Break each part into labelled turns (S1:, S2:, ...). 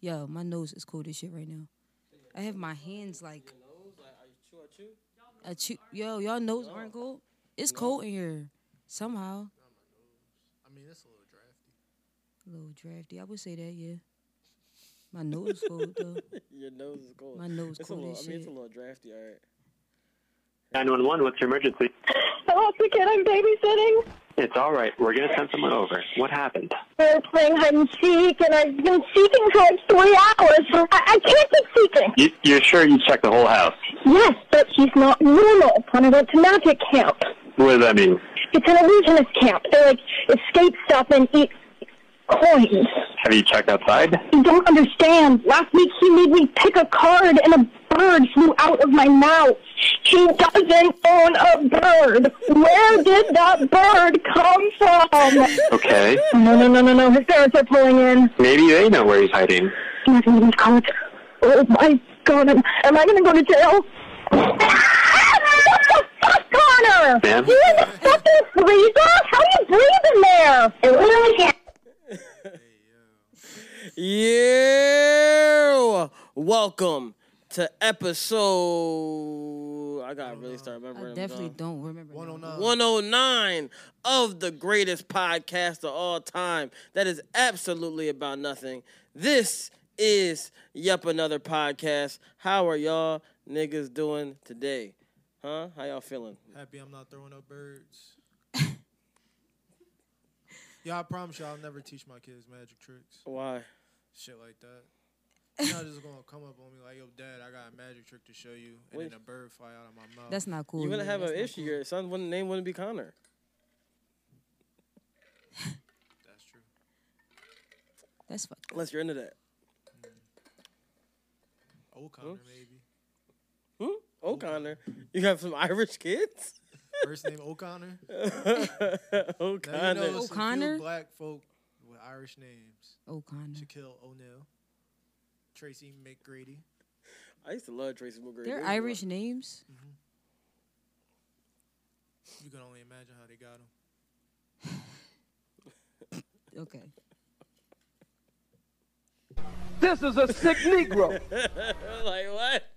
S1: Yo, my nose is cold as shit right now. I have my hands like
S2: nose? Like, are you chew or chew?
S1: a chew. Yo, y'all nose aren't cold. It's cold in here somehow.
S3: I mean, it's a little drafty.
S1: A little drafty. I would say that. Yeah. My nose is cold though.
S2: Your nose is cold.
S1: My nose
S2: it's
S1: cold
S2: a little,
S1: as
S2: I mean, it's
S1: shit.
S2: a little drafty, all right.
S4: 911, what's your emergency?
S5: I lost the kid I'm babysitting.
S4: It's all right. We're going to send someone over. What happened?
S5: We're playing hide and seek, and I've been seeking for like three hours. I, I can't keep seeking.
S4: You, you're sure you checked the whole house?
S5: Yes, but he's not normal. When I went to magic camp,
S4: What does that mean?
S5: it's an illusionist camp. They like escape stuff and eat coins.
S4: Have you checked outside?
S5: You don't understand. Last week he made me pick a card, and a bird flew out of my mouth. He doesn't own a bird. Where did that bird come from?
S4: Okay.
S5: No, no, no, no, no. His parents are pulling in.
S4: Maybe they know where he's hiding.
S5: He's in these cards. Oh my god, am, am I gonna go to jail? What the fuck, Connor?
S4: Ma'am?
S5: You in the fucking freezer? How you breathe in there? It literally can't.
S2: Yeah. Welcome to episode. I gotta really start remembering.
S1: I
S2: them,
S1: definitely
S2: dog.
S1: don't remember. now.
S3: 109.
S2: 109 of the greatest podcast of all time. That is absolutely about nothing. This is yep another podcast. How are y'all niggas doing today? Huh? How y'all feeling?
S3: Happy I'm not throwing up birds. yeah, I promise you, I'll never teach my kids magic tricks,
S2: Why?
S3: shit like that. They're not just gonna come up on me like, "Yo, Dad, I got a magic trick to show you," and
S2: Wait.
S3: then a bird fly out of my mouth.
S1: That's not cool.
S2: You're gonna
S1: yeah,
S2: have
S1: that's
S2: an
S1: not
S2: issue.
S1: cool.
S2: Your son's wouldn't- name wouldn't be Connor.
S3: That's true.
S1: That's fucked. up.
S2: Unless you're into that.
S3: Old Connor, maybe.
S2: Hmm? O'Connor. You got some Irish kids? Oh,
S3: First name O'Connor. Now, you know,
S2: O'Connor.
S3: there's a few
S1: O'Connor? Mm-hmm.
S3: Black folk with Irish names:
S1: O'Connor.
S3: Shaquille O'Neal, Tracy McGrady.
S2: I used to love Tracy McGrady.
S1: They're
S2: They was
S1: Irish
S2: like-
S1: names.
S3: You can only imagine how they got him.
S1: Okay.
S6: This is a sick Negro.
S2: like what?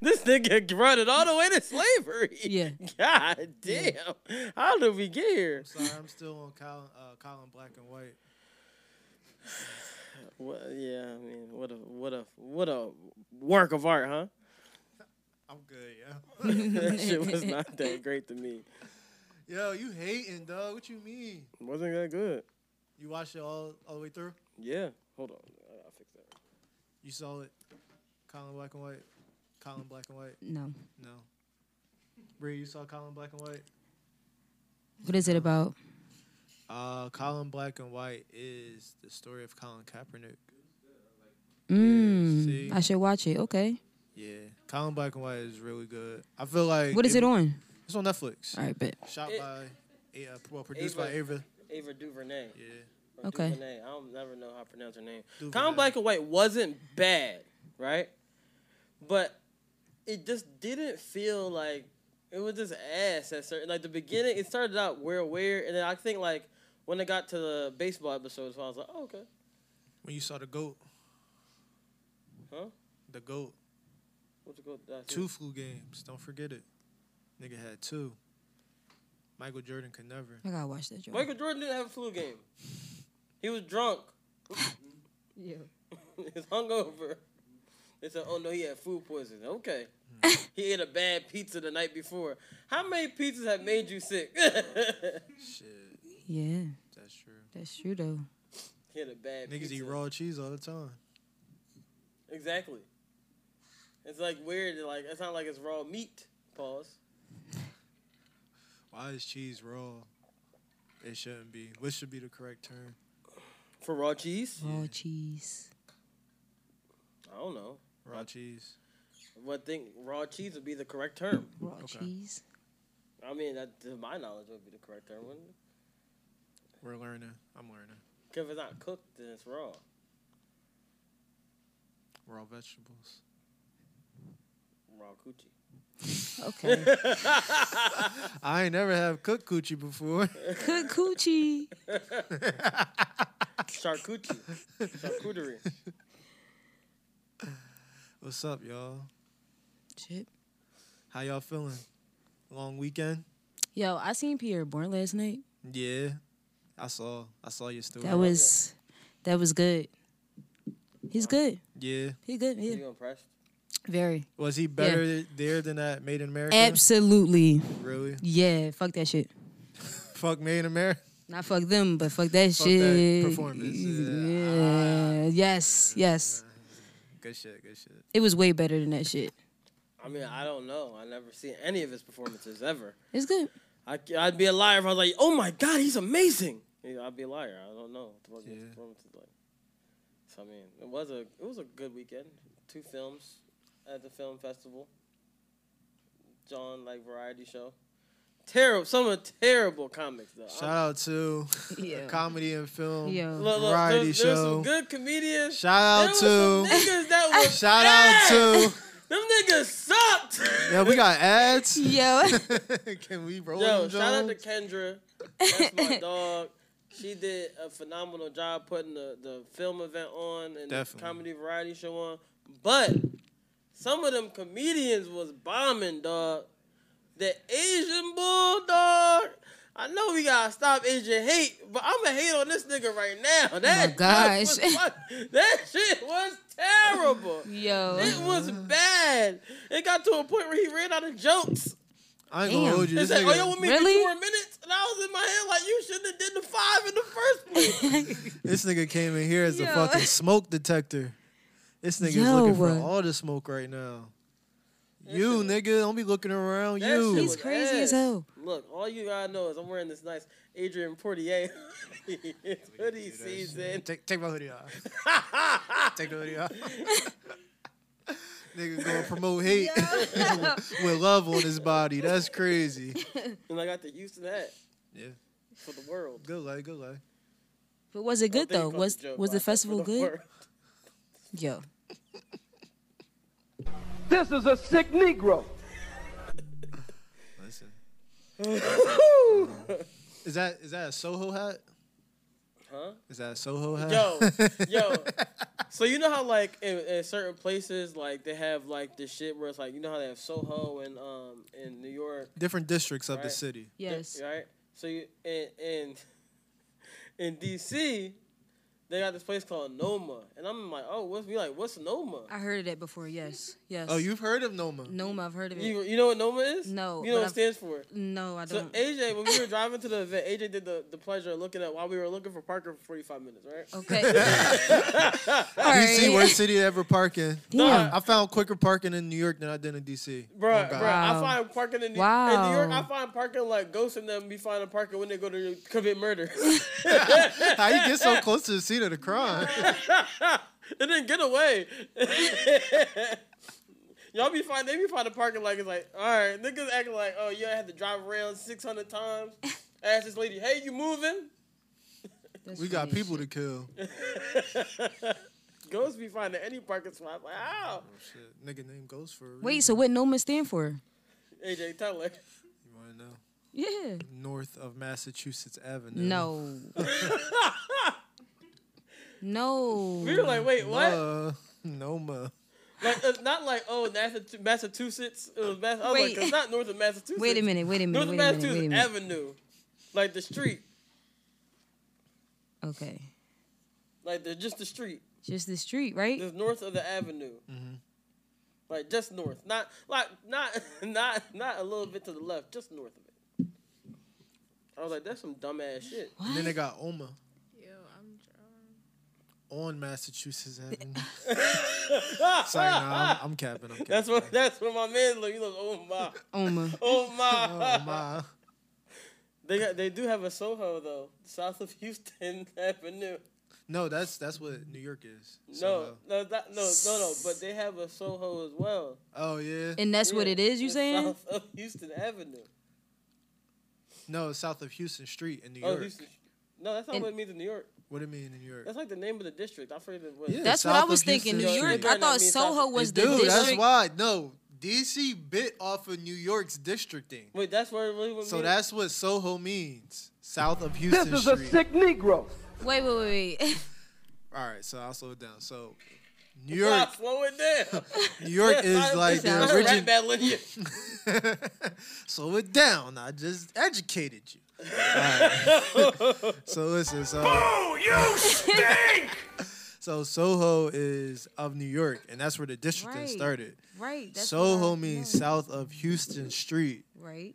S2: This nigga brought it all the way to slavery.
S1: Yeah.
S2: God damn. How did we get here?
S3: I'm sorry, I'm still on Colin, uh, Colin Black and White.
S2: What, yeah, I mean, what a what a what a work of art, huh?
S3: I'm good, yo.
S2: That shit was not that great to me.
S3: yo, you hating, dog? What you mean?
S2: Wasn't that good.
S3: You watched it all all the way through?
S2: Yeah. Hold on. I gotta fix that.
S3: You saw it? Colin Black and White. Colin Black and White.
S1: No.
S3: No. Bree, you saw Colin Black and White?
S1: What is it about?
S3: Uh, Colin Black and White is the story of Colin Kaepernick.
S1: Mm,
S3: see?
S1: I should watch it. Okay.
S3: Yeah, Colin Black and White is really good. I feel like
S1: What is it on?
S3: It's on Netflix.
S1: All right, bet.
S3: Shot
S2: It-
S3: by, A- uh, well, produced by Ava.
S2: Ava DuVernay.
S3: Yeah,
S2: or
S1: Okay.
S2: DuVernay. I don't never know how to pronounce her name.
S3: DuVernay.
S2: Colin Black and White wasn't bad, right? But it just didn't feel like it was just ass at certain like the beginning. It started out weird, weird, and then I think like when it got to the baseball episodes, I was like, oh, okay,
S3: when you saw the goat,
S2: huh?
S3: the goat.
S2: What's it called? That's it.
S3: Two flu games. Don't forget it. Nigga had two. Michael Jordan could never.
S1: I gotta watch that. Joint.
S2: Michael Jordan didn't have a flu game. He was drunk.
S1: Yeah.
S2: He's hungover. They said, "Oh no, he had food poisoning." Okay, he ate a bad pizza the night before. How many pizzas have made you sick?
S3: Shit,
S1: Yeah,
S3: that's true.
S1: that's true though.
S2: he had a bad
S3: Niggas
S2: pizza.
S3: eat raw cheese all the time.
S2: Exactly. It's like weird. Like it's not like it's raw meat. Pause.
S3: Why is cheese raw? It shouldn't be. What should be the correct term?
S2: For raw cheese,
S1: Raw cheese.
S2: I don't know.
S3: Raw cheese.
S2: What think raw cheese would be the correct term?
S1: Raw
S3: Okay.
S1: cheese.
S2: I mean, that, to my knowledge, would be the correct term, wouldn't it?
S3: We're learning. I'm learning.
S2: 'Cause if it's not cooked, then it's raw.
S3: Raw vegetables.
S2: Raw coochie.
S1: Okay.
S3: I ain't never have cooked coochie before.
S1: Cook coochie.
S2: Charcuterie. Charcuterie.
S3: What's up, y'all?
S1: Shit.
S3: How y'all feeling? Long weekend?
S1: Yo, I seen Pierre Bourne last night.
S3: Yeah. I saw. I saw your story.
S1: That was that was good. He's good.
S3: Yeah.
S1: He good.
S2: You
S1: Yeah.
S2: impressed?
S1: Very.
S3: Was he better there than that Made in America?
S1: Absolutely.
S3: Really?
S1: Yeah. Fuck that shit.
S3: Fuck Made in America.
S1: Not fuck them, but fuck that
S3: Fuck that
S1: shit.
S3: performance.
S1: Yeah. yes. Yes.
S3: Good shit. Good shit.
S1: It was way better than that shit.
S2: I mean, I don't know. I never seen any of his performances ever.
S1: It's good.
S2: I, would be a liar if I was like, "Oh my God, he's amazing." Yeah, I'd be a liar. I don't know what the fuck his
S3: Yeah.
S2: performance is like. So I mean, it was a it was a good weekend. Two films at the film festival. John like variety show. Terrible. Some of the terrible comics though.
S3: Shout out to
S1: Yeah.
S3: comedy and film
S1: Yo.
S2: Look, look,
S3: variety
S2: there's, there's
S3: show.
S2: some good comedians.
S3: Shout out
S2: There was
S3: to.
S2: some niggas that was
S3: Shout out to.
S2: them niggas sucked.
S3: Yeah, we got ads.
S1: Yo.
S3: Can we roll
S2: Yo,
S3: them,
S2: shout out to
S3: Jones?
S2: Kendra. That's my dog. She did a phenomenal job putting the, the film event on and
S3: Definitely.
S2: the comedy variety show on. But some of them comedians was bombing, dog. The Asian bulldog. I know we gotta stop Asian hate, but I'm gonna hate on this nigga right now. That
S1: my gosh.
S2: shit was fuck- that shit was terrible.
S1: Yo.
S2: It was bad. It got to a point where he ran out of jokes.
S3: I ain't gonna
S1: Damn.
S3: hold you.
S2: They
S3: This
S2: said, "Oh,
S3: nigga,
S2: yo, with me
S1: Really?
S2: for two more minutes," and I was in my head like, "You shouldn't have did the five in the first place."
S3: this nigga came in here as a
S1: Yo.
S3: fucking smoke detector. This nigga's looking for
S1: Yo.
S3: all the smoke right now. You nigga, don't be looking around
S2: That
S3: you.
S2: shit
S1: He's
S2: was
S1: crazy
S2: ass.
S1: as hell.
S2: Look, all you gotta know is I'm wearing this nice Adrian Portier It's hoodie season.
S3: Take, take my hoodie off. take the hoodie off. Nigga gonna promote hate with love on his body. That's crazy.
S2: And I got the Houston hat
S3: Yeah.
S2: for the world.
S3: Good luck, good luck.
S1: But was it
S2: Don't
S1: good
S2: think
S1: though?
S2: it's a
S1: Was
S2: joke,
S1: was
S2: I
S1: the
S2: said for
S1: festival
S2: the
S1: good?
S2: world.
S1: Yo.
S6: This is a sick Negro.
S3: Listen. is that is that a Soho hat?
S2: Huh?
S3: Is that a Soho hat?
S2: Yo, yo. So you know how like in, in certain places like they have like this shit where it's like you know how they have Soho and um in New York
S3: Different districts of the
S2: Right.
S3: city.
S1: Yes.
S2: Right. So you in in in DC, they got this place called Noma, and I'm like, oh, what's we like? What's Noma?
S1: I heard of that before. Yes. Yes.
S3: Oh, you've heard of Noma?
S1: Noma, I've heard of it.
S2: You you know what Noma is?
S1: No, but
S2: You know what it
S1: I've-
S2: stands for.
S1: no, I
S2: So eh.
S1: don't.
S2: AJ, when we were driving to the event, AJ did the, the pleasure of looking at while we were looking for Parker for 45 minutes, right?
S1: okay. All right.
S3: DC, worst city to ever park in.
S1: Damn.
S3: I found quicker parking in New York than I did in DC.
S2: Bruh,
S3: Oh,
S2: bruh, I
S3: God.
S1: Wow.
S2: find parking in New, in New York. I
S1: Wow.
S2: find parking like ghosts and them be finding parking when they go to commit murder.
S3: How you get so close to the scene of the crime?
S2: and then get away. Y'all be fine. They be fine. The parking like it's like, all right, niggas acting like, oh, you had to drive around six hundred times. Ask this lady, hey, you moving?
S1: That's
S3: we got
S1: funny as
S3: people to kill.
S2: Ghosts be finding any parking spot. Like, ow.
S3: Shit, nigga name goes for. a
S1: shit. Wait,
S3: reason.
S1: so what Noma stand for?
S2: AJ Teller.
S3: You wanna know?
S1: Yeah.
S3: North of Massachusetts Avenue.
S1: No. no.
S2: We were like, wait, what?
S3: Uh, Noma.
S2: Like, it's not like, oh, Massa- Massachusetts. It was Mass- I was like,
S1: Wait.
S2: it's not north of Massachusetts.
S1: Wait a minute. Wait a minute.
S2: North of
S1: Wait a minute. Wait a
S2: Massachusetts
S1: minute.
S2: Avenue, like the street,
S1: Okay.
S2: like the just the street.
S1: Just the street, right?
S2: just north of the avenue.
S3: Mm-hmm.
S2: Like just north, not like not not not a little bit to the left, just north of it. I was like, that's some dumbass shit.
S3: And then they
S1: What?
S3: got Oma
S7: Yo, I'm drunk.
S3: on Massachusetts Avenue. Sorry, nah, I'm, I'm capping. I'm capping.
S2: That's what that's what my man look. He look, oh my,
S1: Oma.
S2: oh my.
S3: Oh my.
S2: They got they do have a Soho though, south of Houston Avenue.
S3: No, that's that's what New York is.
S2: No,
S3: So, uh,
S2: no, that, no, no, no. But they have a Soho as well.
S3: oh yeah.
S1: And that's what
S2: Yeah,
S1: it is, you
S2: it's
S1: saying?
S2: South of Houston Avenue.
S3: No, it's south of Houston Street in New
S2: Oh,
S3: York.
S2: Houston. No, that's not
S1: And-
S2: what it means in New York.
S3: What do you mean in New York?
S2: That's like the name of the district. I forget what.
S3: Yeah.
S1: That's what I
S3: south
S1: was
S3: of
S1: thinking. New
S3: Houston
S1: York.
S3: Street.
S1: I thought
S2: Yeah,
S1: Soho was the
S3: Dude, that's
S1: district.
S3: why. No, DC bit off of New York's districting.
S2: Wait, that's where it really would
S3: So
S2: mean-
S3: that's what Soho means. South of
S6: This
S3: Houston
S6: is a
S3: Street.
S6: sick Negro.
S1: Wait, wait, wait, wait.
S3: All right, so I'll slow it down. So New York,
S2: Stop, slow it down.
S3: New York is
S2: I
S3: like the
S2: heard rap
S3: origin.
S2: battling you.
S3: Slow it down. I just educated you. Alright. so listen, so. so Soho is of New York, and that's where the district
S1: Right.
S3: started.
S1: Right. that's what
S3: Soho
S1: I-
S3: means
S1: yeah.
S3: south of Houston Street,
S1: Right.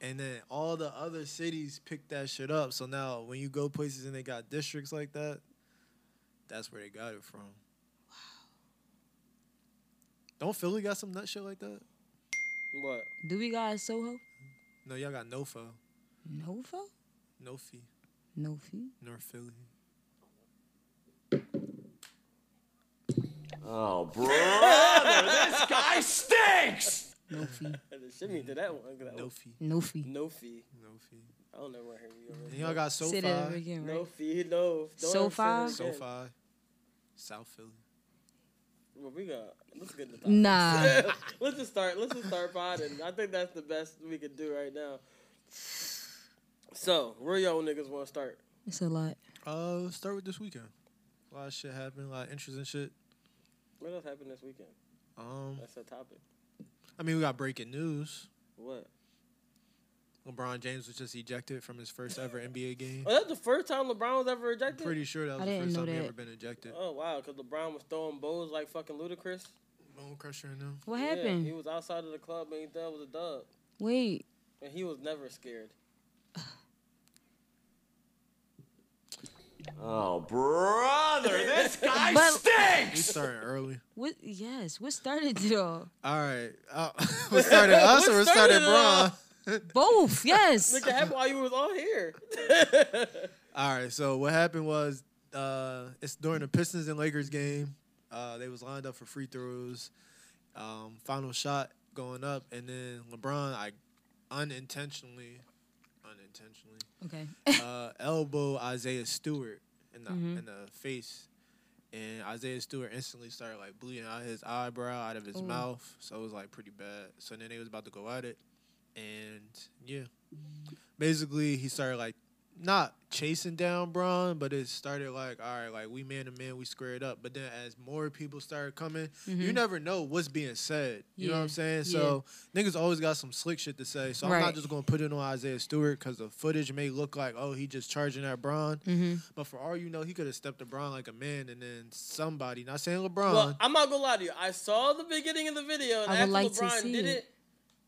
S3: and then all the other cities picked that shit up. So now when you go places and they got districts like that, that's where they got it from. Wow. Don't Philly got some nut shit like that?
S2: What?
S1: Do we got a Soho?
S3: No, y'all got Nofo,
S1: Nofo?
S3: Nofi,
S1: Nofi.
S3: North Philly.
S1: Nofi.
S2: Shimmy to that one. 'cause that was
S3: Nofi,
S1: Nofi.
S2: No fee.
S3: Nofi.
S2: I don't ever hear you.
S3: And y'all got
S1: Say that
S3: SoFi,
S1: again, right?
S2: No fee. No. Don't
S1: So
S2: ever say
S1: far?
S2: that again.
S3: SoFi, South Philly.
S2: What we got? Let's get the top.
S1: Nah.
S2: let's just start. Let's just start podding. I think that's the best we could do right now. So, where y'all niggas want to start?
S1: it's a lot.
S3: Uh, start with this weekend. A lot of shit happened. A lot of interesting shit.
S2: What else happened this weekend?
S3: Um,
S2: That's a topic.
S3: I mean, we got breaking news.
S2: What?
S3: LeBron James was just ejected from his first ever NBA game.
S2: Oh, that's the first time LeBron was ever
S3: I'm
S2: ejected.
S3: pretty sure that was the
S1: didn't
S3: first
S1: know
S3: time he
S1: that.
S3: ever been ejected.
S2: Oh wow, because LeBron was throwing bows like fucking ludicrous.
S3: Bone crusher and them.
S1: What
S2: Yeah, he
S1: happened?
S2: was outside of the club and he thought it was a dub,
S1: Wait.
S2: and he was never scared.
S1: But
S3: We starting early.
S1: what? Yes. What started it all?
S3: All right. Uh, we're starting us or
S2: What
S3: we're starting
S2: started it all?
S3: Braun?
S1: Both. Yes.
S2: Nigga, happened while you was all here.
S3: All right. So what happened was uh, it's during the Pistons and Lakers game. Uh, they was lined up for free throws. Um, final shot going up, and then LeBron, I unintentionally, unintentionally,
S1: okay.
S3: uh, elbow Isaiah Stewart in the in the face, and Isaiah Stewart instantly started like bleeding out his eyebrow, out of his mouth. So it was like pretty bad. So then they was about to go at it, and yeah, basically he started like not chasing down Braun, but it started like all right, like we man to man, we squared up. But then as more people started coming,
S1: Mm-hmm.
S3: you
S2: Mm-hmm.
S3: never know what's being said. You know what
S1: Yeah,
S3: I'm saying?
S1: yeah.
S3: So niggas always got some slick shit to say. So I'm not
S1: Right.
S3: just gonna put it on Isaiah Stewart because the footage may look like oh he just charging at Braun,
S1: Mm-hmm.
S3: but for all you know he could have stepped to Braun like a man and then somebody not saying LeBron.
S2: Well, I'm not gonna lie to you. I saw the beginning of the video,
S1: I
S2: and
S1: would
S2: after
S1: like to
S2: LeBron
S1: see
S2: did it.
S1: it.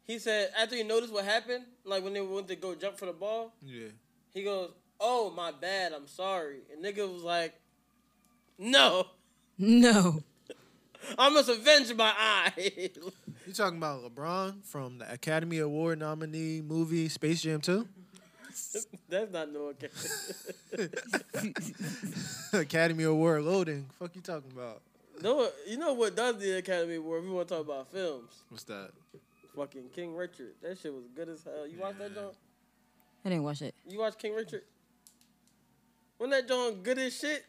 S2: he said after he noticed what happened, like when they went to go jump for the ball,
S3: yeah,
S2: he goes, "Oh my bad, I'm sorry." And nigga was like, "No,
S1: No.
S2: I must avenge my eye."
S3: you talking about LeBron from the Academy Award nominee movie Space Jam 2?
S2: That's not no okay.
S3: Academy Award loading. Fuck you talking about?
S2: no, you know what does the Academy Award? If we want to talk about films,
S3: What's that?
S2: fucking King Richard. That shit was good as hell. You watch that joint?
S1: I didn't watch it.
S2: You watch King Richard? When that joint good as shit,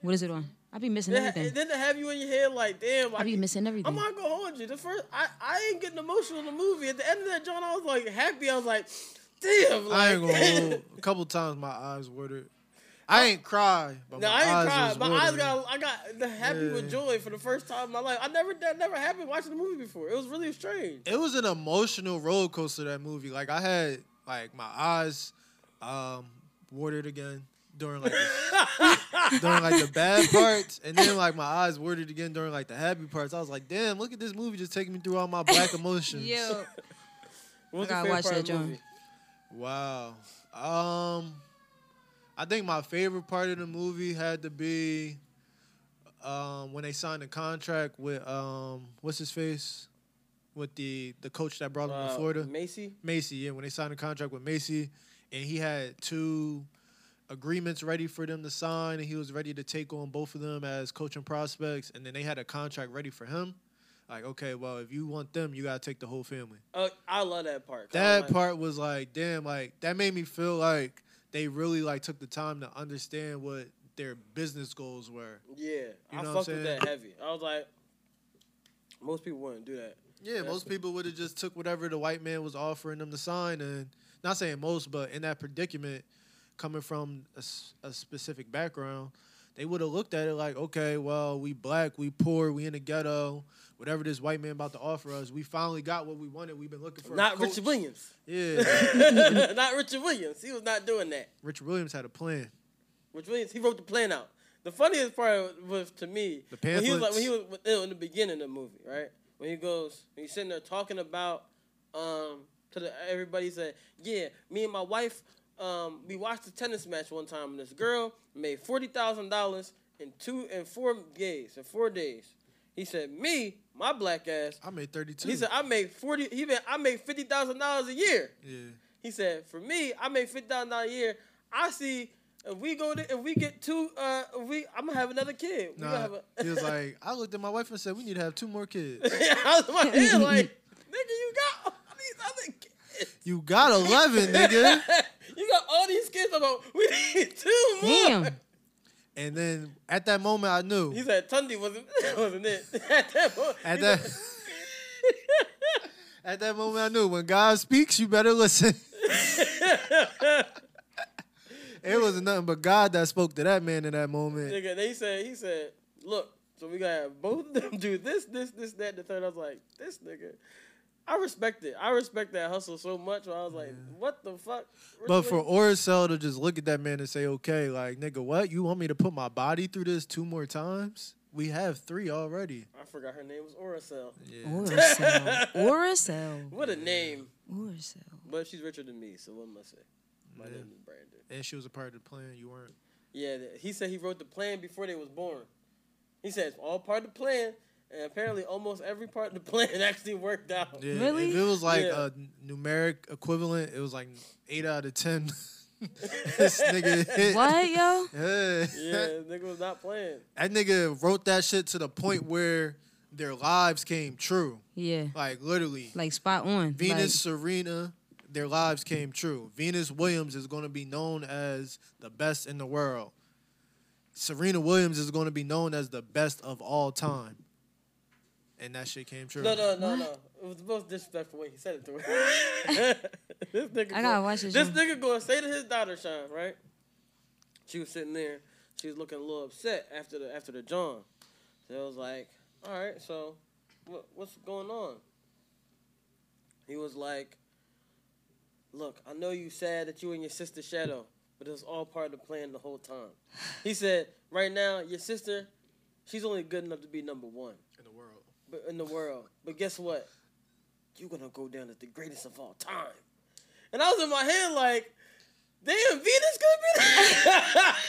S1: What is it on? I be missing
S2: then
S1: everything.
S2: it have you in your head like, damn,
S1: I
S2: like,
S1: be missing everything.
S2: I'm not gonna hold you. The first, I, I ain't getting emotional in the movie. At the end of that joint, I was like happy. I was like, damn, like,
S3: I ain't gonna. hold. A couple times my eyes watered. I ain't cry, but
S2: Oh. No,
S3: my
S2: I ain't
S3: eyes
S2: crying.
S3: was
S2: My eyes
S3: watering.
S2: got, I got the happy with
S3: Yeah.
S2: joy for the first time in my life. I never, that never happened watching the movie before. It was really strange.
S3: it was an emotional roller coaster that movie. Like I had like my eyes um watered again during like the, during like the bad parts and then like my eyes watered again during like the happy parts. I was like, damn, look at this movie just taking me through all my black emotions.
S1: Yo.
S2: What's
S1: I
S2: your
S1: gotta
S2: favorite
S1: watch
S2: part
S1: that
S2: of the
S1: joint.
S2: movie?
S3: Wow. Um I think my favorite part of the movie had to be um when they signed the contract with um what's his face? With the the coach that brought him
S2: Uh,
S3: to Florida.
S2: Macy.
S3: Macy, yeah, when they signed a contract with Macy, and he had two agreements ready for them to sign, and he was ready to take on both of them as coaching prospects, and then they had a contract ready for him. Like, okay, well, if you want them, you gotta take the whole family.
S2: Uh, I love that part. 'cause I'm
S3: That
S2: like,
S3: part was like, damn, like that made me feel like they really like took the time to understand what their business goals were.
S2: Yeah, I
S3: know what I'm
S2: fucked with
S3: saying?
S2: that heavy. I was like, most people wouldn't do that.
S3: Yeah, most people would have just took whatever the white man was offering them to sign, and not saying most, but in that predicament, coming from a, s- a specific background, they would have looked at it like, okay, well, we black, we poor, we in the ghetto, whatever this white man about to offer us, we finally got what we wanted. We've been looking for. a
S2: Not
S3: coach.
S2: Richard Williams.
S3: Yeah,
S2: not Richard Williams. He was not doing that.
S3: Richard Williams had a plan.
S2: Which Williams, he wrote the plan out. The funniest part was to me
S3: The
S2: when he was like
S3: pamphlets.
S2: when he was when- in the beginning of the movie, right? When he goes, when he's sitting there talking about um to the, everybody said, yeah, me and my wife, um, we watched a tennis match one time, and this girl made forty thousand dollars in two in four days, in four days. He said, me, my black ass.
S3: I made thirty-two.
S2: He said, I make forty. He said, I make fifty thousand dollars a year.
S3: yeah,
S2: He said, "For me, I make fifty thousand dollars a year. I see if we go to, if we get two, uh, if we I'm gonna have another kid. We gonna
S3: nah.
S2: have a,
S3: he was like, I looked at my wife and said, we need to have two more kids.
S2: I was in my head like, nigga, you got all these other kids.
S3: You got eleven, nigga.
S2: you got all these kids. About we need two more.
S1: Damn.
S3: And then at that moment, I knew.
S2: He said, Tundi wasn't wasn't it at that point.
S3: At
S2: he
S3: that,
S2: said-
S3: at that moment, I knew when God speaks, you better listen. it wasn't nothing but God that spoke to that man in that moment.
S2: Nigga, they said he said, look, so we gotta have both of them do this, this, this, that, and the third. I was like, this nigga. I respect it. I respect that hustle so much. I was like, what the fuck?
S3: But
S2: Really?
S3: for Oracell to just look at that man and say, okay, like, nigga, what? You want me to put my body through this two more times? We have three already.
S2: I forgot her name was Oracel.
S1: Oracell. Oracell.
S2: What a name.
S1: Oracell.
S2: But she's richer than me, so what must I say? My name is Brandon.
S3: And she was a part of the plan. You weren't.
S2: Yeah, th- he said he wrote the plan before they was born. He said it's all part of the plan, and apparently almost every part of the plan actually worked out.
S3: Yeah,
S1: Really?
S3: If it was like
S2: Yeah.
S3: a numeric equivalent, it was like eight out of ten. this nigga hit.
S1: What, yo?
S3: Yeah.
S2: Yeah, nigga was not playing.
S3: That nigga wrote that shit to the point where their lives came true.
S1: Yeah.
S3: Like literally,
S1: Like spot on.
S3: Venus Serena, their lives came true. Venus Williams is going to be known as the best in the world. Serena Williams is going to be known as the best of all time. And that shit came true.
S2: No, no, no, no. It was the most disrespectful way he said it to her. this nigga
S1: I gotta
S2: gonna-
S1: watch this
S2: This
S1: one.
S2: nigga going to say to his daughter, Sean, right? She was sitting there. She was looking a little upset after the after the John. So I was like, all right, so what, what's going on? He was like, look, I know you sad that you and your sister shadow, but it was all part of the plan the whole time. He said, right now, your sister, she's only good enough to be number one
S3: In the world.
S2: but in the world. But guess what? You're gonna go down as the greatest of all time. And I was in my head like, damn, Venus could be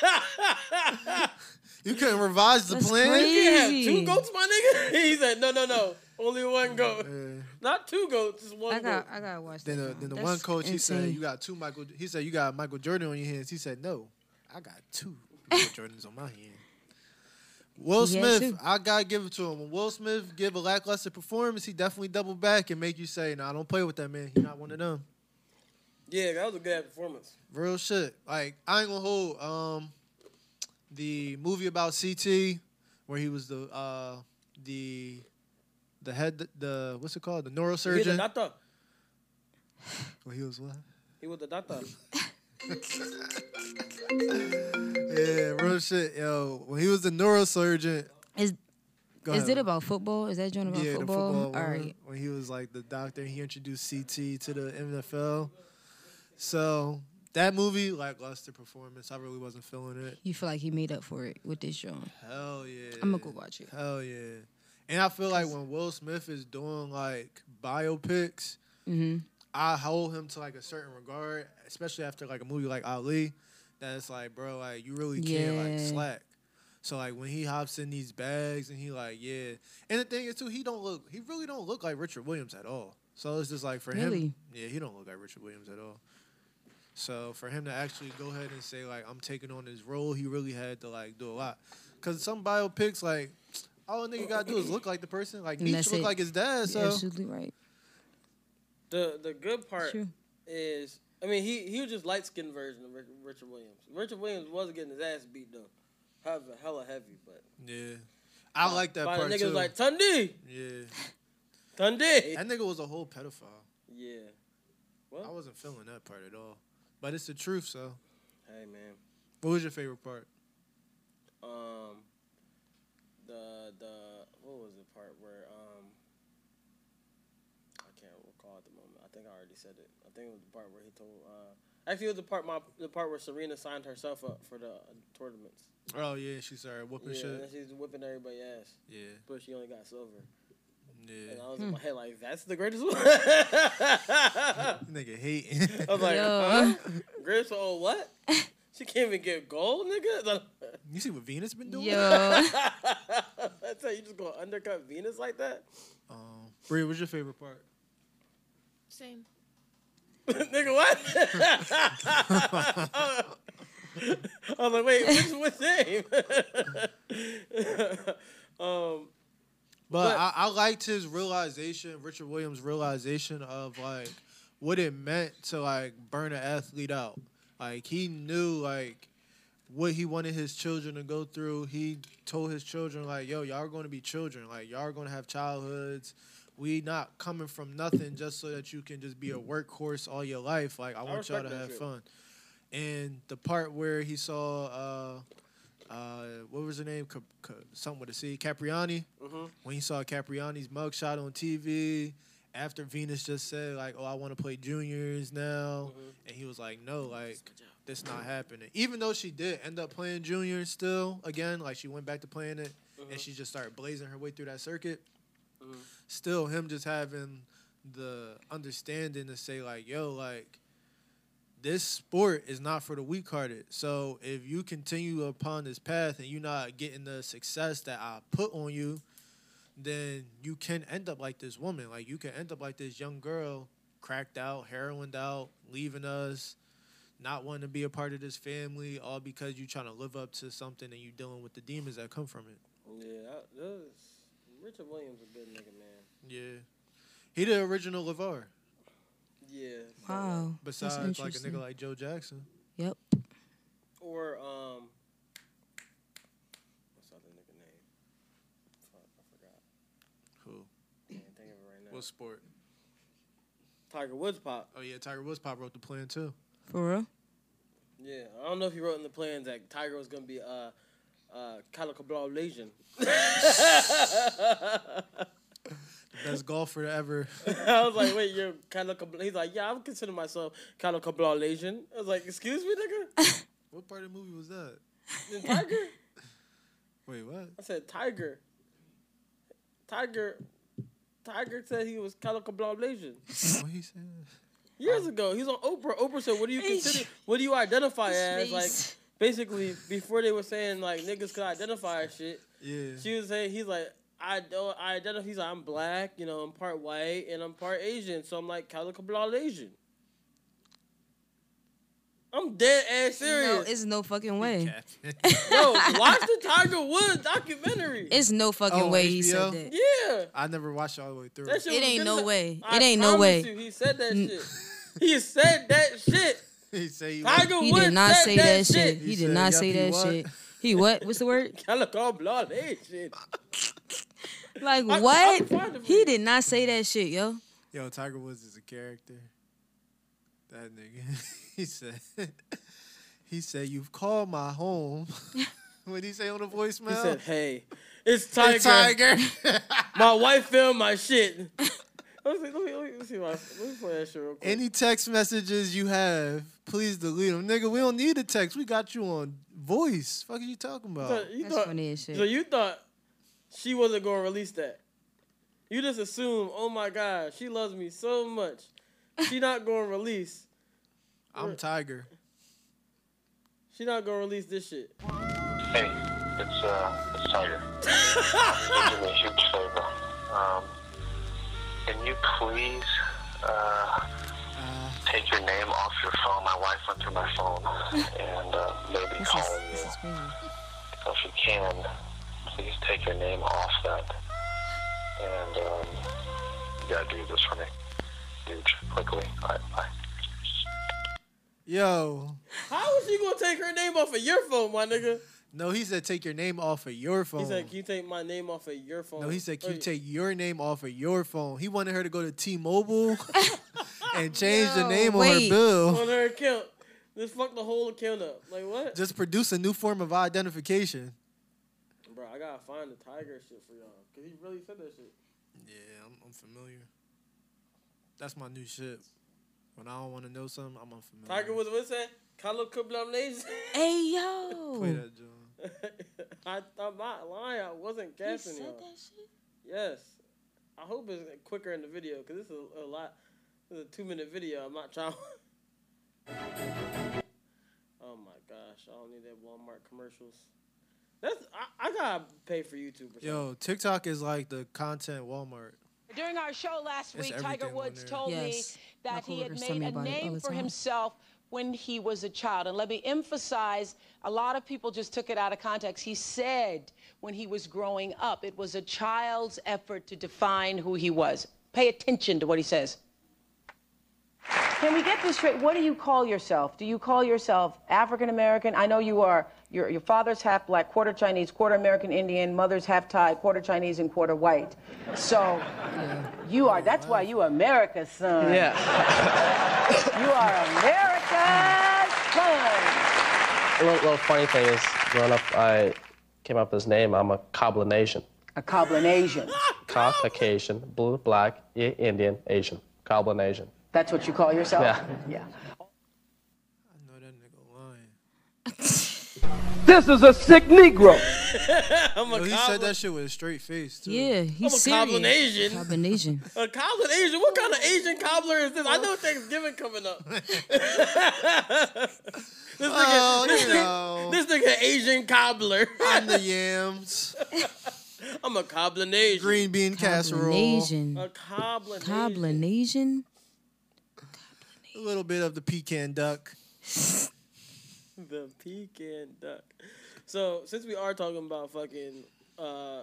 S2: that.
S3: You couldn't revise the
S1: That's
S3: plan?
S1: crazy.
S2: you have two
S1: Easy.
S2: goats, my nigga. He said, no, no, no, only one goat,
S3: Yeah.
S2: not two goats, just one
S1: I got,
S2: goat.
S1: I gotta watch
S3: Then
S1: that.
S3: the,
S1: now.
S3: then the
S1: That's
S3: one coach, he said,
S1: insane.
S3: "You got two Michael." He said, "You got Michael Jordan on your hands." He said, "No, I got two Michael Jordans on my hand." Will
S1: He had
S3: Smith,
S1: two.
S3: I gotta give it to him. When Will Smith give a lackluster performance, he definitely double back and make you say, "Nah, don't play with that man. He not one of them."
S2: Yeah, that was a good performance.
S3: Real shit. Like I ain't gonna hold um the movie about CT where he was the uh the the head the what's it called the
S2: He the
S3: neurosurgeon.
S2: doctor.
S3: Well, he was what?
S2: He was the doctor.
S3: Yeah, real shit, yo. When he was the neurosurgeon,
S1: Is
S3: Go
S1: is
S3: ahead.
S1: it about football? Is that joint about
S3: yeah,
S1: football?
S3: the football
S1: All
S3: one,
S1: right.
S3: when he was like the doctor, he introduced CT to the NFL. So that movie, like luster performance, I really wasn't feeling it.
S1: You feel like he made up for it with this joint.
S3: Hell yeah.
S1: I'm gonna go watch it.
S3: Hell yeah. And I feel like when Will Smith is doing like biopics,
S1: Mm-hmm.
S3: I hold him to like a certain regard, especially after like a movie like Ali, that it's like, bro, like you really can't like
S1: Yeah.
S3: slack. So like when he hops in these bags and he like, yeah. And the thing is too, he don't look he really don't look like Richard Williams at all. So it's just like for him
S1: Really?
S3: Yeah, he don't look like Richard Williams at all. So for him to actually go ahead and say like I'm taking on this role, he really had to like do a lot. Cause some biopics like all a nigga gotta do is look like the person. Like
S1: And
S3: Nietzsche
S1: that's
S3: look
S1: it.
S3: like his dad. So
S1: You're absolutely right.
S2: The the good part
S1: True.
S2: is, I mean, he he was just light skinned version of Rich- Richard Williams. Richard Williams was getting his ass beat though, however, hella heavy, but.
S3: yeah. I like that
S2: By the
S3: part
S2: nigga
S3: too.
S2: was like, Tundi,
S3: yeah.
S2: Tundi.
S3: That nigga was a whole pedophile.
S2: Yeah.
S3: I wasn't feeling that part at all. But it's the truth, so.
S2: Hey man.
S3: What was your favorite part?
S2: um the the what was the part where um I can't recall at the moment. I think I already said it. I think it was the part where he told uh actually it was the part my the part where Serena signed herself up for the uh, tournaments.
S3: Oh yeah, she started whooping
S2: Yeah, and
S3: shit.
S2: she's whipping everybody ass,
S3: Yeah,
S2: but she only got silver.
S3: yeah.
S2: And I was in my head like, that's the greatest one. I
S3: Nigga hating.
S2: was like,
S1: Yo.
S2: huh? greatest one, oh, what? She can't even get gold, nigga.
S3: you see what Venus been doing?
S1: Yo.
S2: that's how you just go undercut Venus like that,
S3: Um, Bria, what's your favorite part?
S7: Same.
S2: nigga. What? I was like, wait, which what's name? um,
S3: But,
S2: But-
S3: I, I liked his realization, Richard Williams' realization of like what it meant to like burn an athlete out. Like he knew like what he wanted his children to go through. He told his children like, "Yo, y'all are going to be children. Like y'all are going to have childhoods. We not coming from nothing just so that you can just be a workhorse all your life. Like I want y'all
S2: respect
S3: to
S2: that
S3: have
S2: shit.
S3: fun." And the part where he saw uh uh what was her name? Cap- Ca- something with a C. Capriani
S2: mhm.
S3: when he saw Capriani's mugshot on TV, after Venus just said like, "Oh, I want to play juniors now," and he was like, "No, like this not happening." Even though she did end up playing juniors still again, like she went back to playing it, and she just started blazing her way through that circuit.
S2: Mhm.
S3: Still, him just having the understanding to say like, "Yo, like." This sport is not for the weak-hearted. So if you continue upon this path and you're not getting the success that I put on you, then you can end up like this woman. Like you can end up like this young girl, cracked out, heroined out, leaving us, not wanting to be a part of this family, all because you trying to live up to something and you dealing with the demons that come from it.
S2: yeah, I- that was, Richard Williams a good nigga, man.
S3: Yeah. He the original LeVar,
S2: Yeah. so-
S1: Wow. That's
S3: besides like a
S1: interesting.
S3: nigga like Joe Jackson.
S1: Yep.
S2: Or um, what's the other nigga name? Fuck, I forgot.
S3: Who?
S2: Can't think of it right now.
S3: What sport?
S2: Tiger Woods pop?
S3: Oh yeah, Tiger Woods pop wrote the plan too.
S1: For real?
S2: Yeah, I don't know if he wrote in the plans that Tiger was gonna be uh, uh, calico blah legion.
S3: The best golfer ever.
S2: I was like, wait, you're calico. Bla-" He's like, yeah, I would consider myself calico blah legion. I was like, excuse me, nigga.
S3: what part of the movie was that?
S2: Then Tiger.
S3: Wait, what?
S2: I said Tiger. Tiger. Tiger said he was calico blah legion.
S3: What he said?
S2: years ago. He's on Oprah. Oprah said, "What do you consider? What do you identify as?" Like
S1: face.
S2: basically, before they were saying like niggas could identify as shit.
S3: Yeah.
S2: She was saying he's like. I don't. I identify. He's like I'm black. You know, I'm part white and I'm part Asian. So I'm like calico blonde Asian. I'm dead ass
S1: No,
S2: serious.
S1: it's no fucking way.
S2: Yo, watch the Tiger Woods documentary.
S1: It's no fucking
S3: Oh,
S1: way he
S3: HBO?
S1: said that.
S2: yeah,
S3: I never watched it all the way through.
S2: that shit.
S1: It
S2: was
S1: ain't
S2: good
S1: no
S2: enough.
S1: way.
S2: I
S1: It ain't no
S2: promise
S1: way.
S2: You, he said that
S1: N-
S2: shit. He said that shit.
S3: he say he
S2: Tiger
S1: He
S2: Woods
S1: did not
S2: said
S1: say that shit.
S3: He
S1: He did
S3: said,
S1: not
S3: yup,
S1: say
S3: he
S1: that
S3: what?
S1: shit. He what? What's the word?
S2: Calico blonde Asian.
S1: Like
S2: I- I
S1: what?
S2: find it
S1: He
S2: weird.
S1: did not say that shit, yo.
S3: Yo, Tiger Woods is a character. That nigga. he said he said, You've called my home. What'd he say on the voicemail?
S2: He said, "Hey, it's Tiger.
S3: "Hey, Tiger.
S2: My wife filmed my shit." let, me see, let, me, let me see my. Let me play that shit real quick.
S3: Any text messages you have, please delete them. Nigga, we don't need a text. We got you on voice. Fuck are you talking
S2: so
S3: about?
S2: you
S1: That's
S2: thought,
S1: funny as shit.
S2: So you thought she wasn't gonna release that? You just assume, oh my god, she loves me so much, she not gonna release.
S3: I'm Tiger.
S2: She not gonna release this shit.
S8: Hey, it's uh, it's Tiger. Need you a huge favor. Um, can you please uh, take your name off your phone? My wife went through my phone and uh, maybe
S1: This is
S8: calling you.
S1: this is crazy.
S8: So if you can, please take your name off that. And um, you gotta do this for me, huge, quickly. All right, bye.
S3: Yo.
S2: How is she gonna take her name off of your phone, my nigga?
S3: No, he said take your name off of your phone.
S2: He said, "Can you take my name off of your phone?"
S3: No, he said, "Can you
S2: Or-
S3: take your name off of your phone?" He wanted her to go to T-Mobile and change the name
S1: wait.
S3: on her bill.
S2: on her account. Just fuck the whole account up. Like what?
S3: Just produce a new form of identification.
S2: bro. I gotta find the tiger shit for y'all, cause he really said that shit.
S3: Yeah, I'm, I'm familiar. That's my new shit. When I don't want to know something, I'm unfamiliar.
S2: Tiger was what's that? Kalo Kublam Nation.
S1: Hey
S3: play
S1: yo.
S3: that joint.
S2: I, I'm not lying. I wasn't
S1: He
S2: gassing
S1: said
S2: y'all.
S1: that shit.
S2: Yes. I hope it's quicker in the video because this is a lot. This is a two minute video. I'm not trying. oh my gosh! I don't need that Walmart commercials. That's I, I gotta pay for YouTube. Or something.
S3: Yo, TikTok is like the content Walmart.
S9: During our show last
S3: It's
S9: week, Tiger
S3: everything on
S9: Woods
S3: there.
S9: told me
S1: Yes. My
S9: that he had
S1: coworkers tell
S9: made
S1: me
S9: a
S1: about it all
S9: name
S1: the
S9: for
S1: time.
S9: himself when he was a child. And let me emphasize a lot of people just took it out of context. He said when he was growing up, it was a child's effort to define who he was. Pay attention to what he says. Can we get this straight? What do you call yourself? Do you call yourself African American? I know you are. Your, your father's half black, quarter Chinese, quarter American Indian, mother's half Thai, quarter Chinese, and quarter white. So you are, that's why you America's son. Yeah. you are America's son.
S10: Little, little funny thing is, growing up, I came up with this name. I'm a cobbler nation.
S9: A Cobblin Asian.
S10: Caucasian, blue, black, I- Indian, Asian. Cobbler nation.
S9: That's what you call yourself?
S10: Yeah.
S9: Yeah.
S3: I know that nigga lying.
S6: This is a sick Negro.
S2: I'm a
S3: Yo, he
S2: cobbler-
S3: said that shit with a straight face too.
S1: Yeah, he's
S2: I'm a
S1: serious.
S2: cobbler Asian.
S1: Combination.
S2: A cobbler Asian? What kind of Asian cobbler is this? I know Thanksgiving coming up.
S3: Oh, you know,
S2: This nigga Asian cobbler.
S3: on the yams,
S2: I'm a cobbler Asian.
S3: green bean casserole,
S1: Combination.
S2: A cobbler. Asian.
S1: Combination.
S3: a little bit of the pecan duck.
S2: The pecan duck. So since we are talking about fucking uh,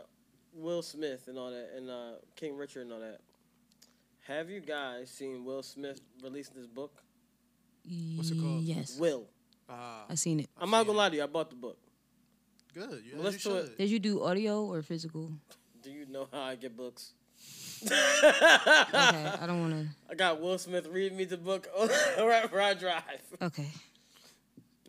S2: Will Smith and all that, and uh, King Richard and all that, have you guys seen Will Smith release this book?
S3: What's it called?
S1: Yes,
S2: Will.
S3: Ah,
S1: I seen it.
S2: I'm not gonna lie to you. I bought the book.
S3: good. Yeah,
S2: Let's
S3: you
S2: do it.
S3: should.
S1: Did you do audio or physical?
S2: Do you know how I get books?
S1: Okay, I don't want
S2: I got Will Smith reading me the book right where I drive.
S1: to. Okay.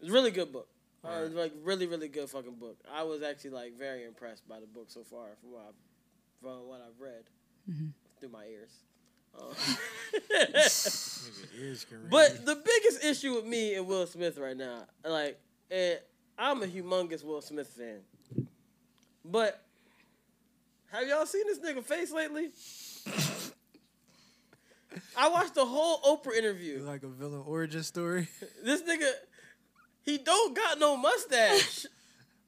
S2: It's a really good book. Uh, it's like really, really good fucking book. I was actually like very impressed by the book so far from what I've, from what I've read
S1: Mm-hmm.
S2: through my ears. Um,
S3: Nigga ears can read.
S2: But the biggest issue with me and Will Smith right now, like, and I'm a humongous Will Smith fan. But have y'all seen this nigga face lately? I watched the whole Oprah
S3: You
S2: interview.
S3: like a villain origin story
S2: This nigga, he don't got no mustache,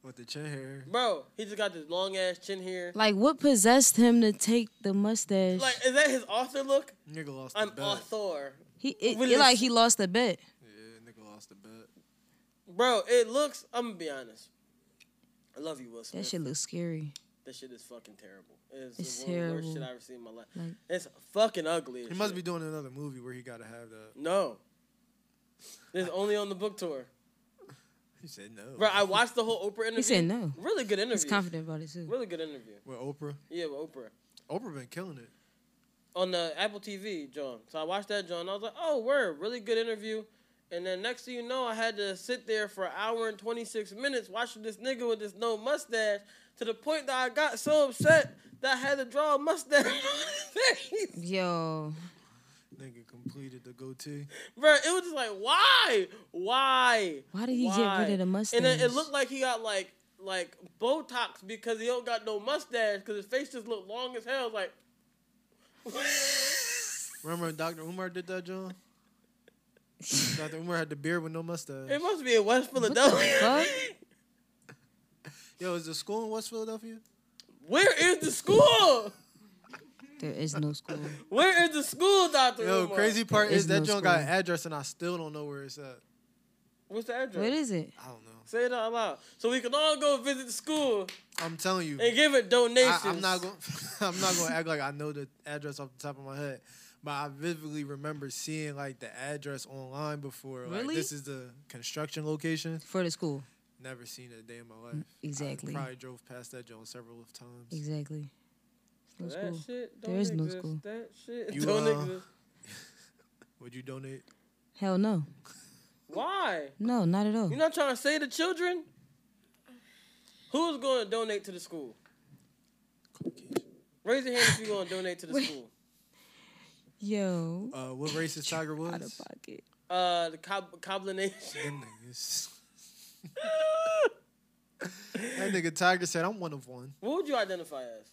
S3: with the chin hair.
S2: bro. He just got this long ass chin here.
S1: Like, what possessed him to take the mustache?
S2: Like, is that his author look?
S3: Nigga lost
S2: I'm
S3: the bet.
S2: author,
S1: he, it,
S2: Will
S1: it like
S2: is-
S1: he lost the bet.
S3: Yeah, nigga lost the bet.
S2: bro. It looks. I'm gonna be honest. I love you, Will Smith.
S1: That shit looks scary.
S2: This shit is fucking terrible. It's,
S1: It's
S2: the worst- worst shit
S1: terrible.
S2: I've ever seen in my life.
S1: Like-
S2: it's fucking ugly. as
S3: He must be
S2: shit.
S3: doing another movie where he gotta have that.
S2: No. This is only on the book tour.
S3: He said no.
S2: Bro, I watched the whole Oprah interview.
S1: He said no.
S2: Really good interview.
S1: He's confident about it too.
S2: Really good interview.
S3: With Oprah.
S2: Yeah, with Oprah.
S3: Oprah been killing it.
S2: On the Apple TV, John. So I watched that, John. I was like, oh, word. Really good interview. And then next thing you know, I had to sit there for an hour and 26 minutes watching this nigga with this no mustache to the point that I got so upset that I had to draw a mustache on his face.
S1: Yo,
S3: Nigga completed the goatee.
S2: Bruh, it was just like, why? Why?
S1: Why did he get rid of the mustache?
S2: And then it looked like he got like like Botox because he don't got no mustache because his face just looked long as hell. Like,
S3: Remember when Dr. Umar did that, John? Dr. Umar had the beard with no mustache.
S2: it must be in West Philadelphia.
S1: fuck?
S3: Yo, is the school in West Philadelphia?
S2: Where is the school?
S1: there is no school.
S2: Where is the school, Doctor?
S3: Yo, crazy part
S1: There
S3: is
S1: is
S3: that
S1: no
S3: John got an
S1: school.
S3: address and I still don't know where it's at.
S2: What's the address?
S1: What is it?
S3: I don't know.
S2: Say it out loud so we can all go visit the school
S3: I'm telling you.
S2: and give it
S3: I,
S2: donations.
S3: I'm not going I'm not gonna act like I know the address off the top of my head. But I vividly remember seeing like the address online before. Like
S1: Really?
S3: this is the construction location.
S1: For the school.
S3: Never seen it a day in my life.
S1: Exactly.
S3: I probably drove past that joint several times.
S1: Exactly. No
S2: That
S1: school.
S2: shit don't
S1: There is no
S2: exist.
S1: school.
S2: That shit
S3: You,
S2: don't
S3: uh,
S2: exist.
S3: Would you donate?
S1: Hell no.
S2: Why?
S1: No, not at all.
S2: You're not trying to save the children? Who's going to donate to the school? Raise your hand if you're going to donate to the school.
S1: Yo.
S3: Uh, what race is Tiger Woods? Out of
S1: pocket.
S2: Uh, the Cob- Cobbler Nation.
S3: That nigga Tiger said, "I'm one of one."
S2: What would you identify as?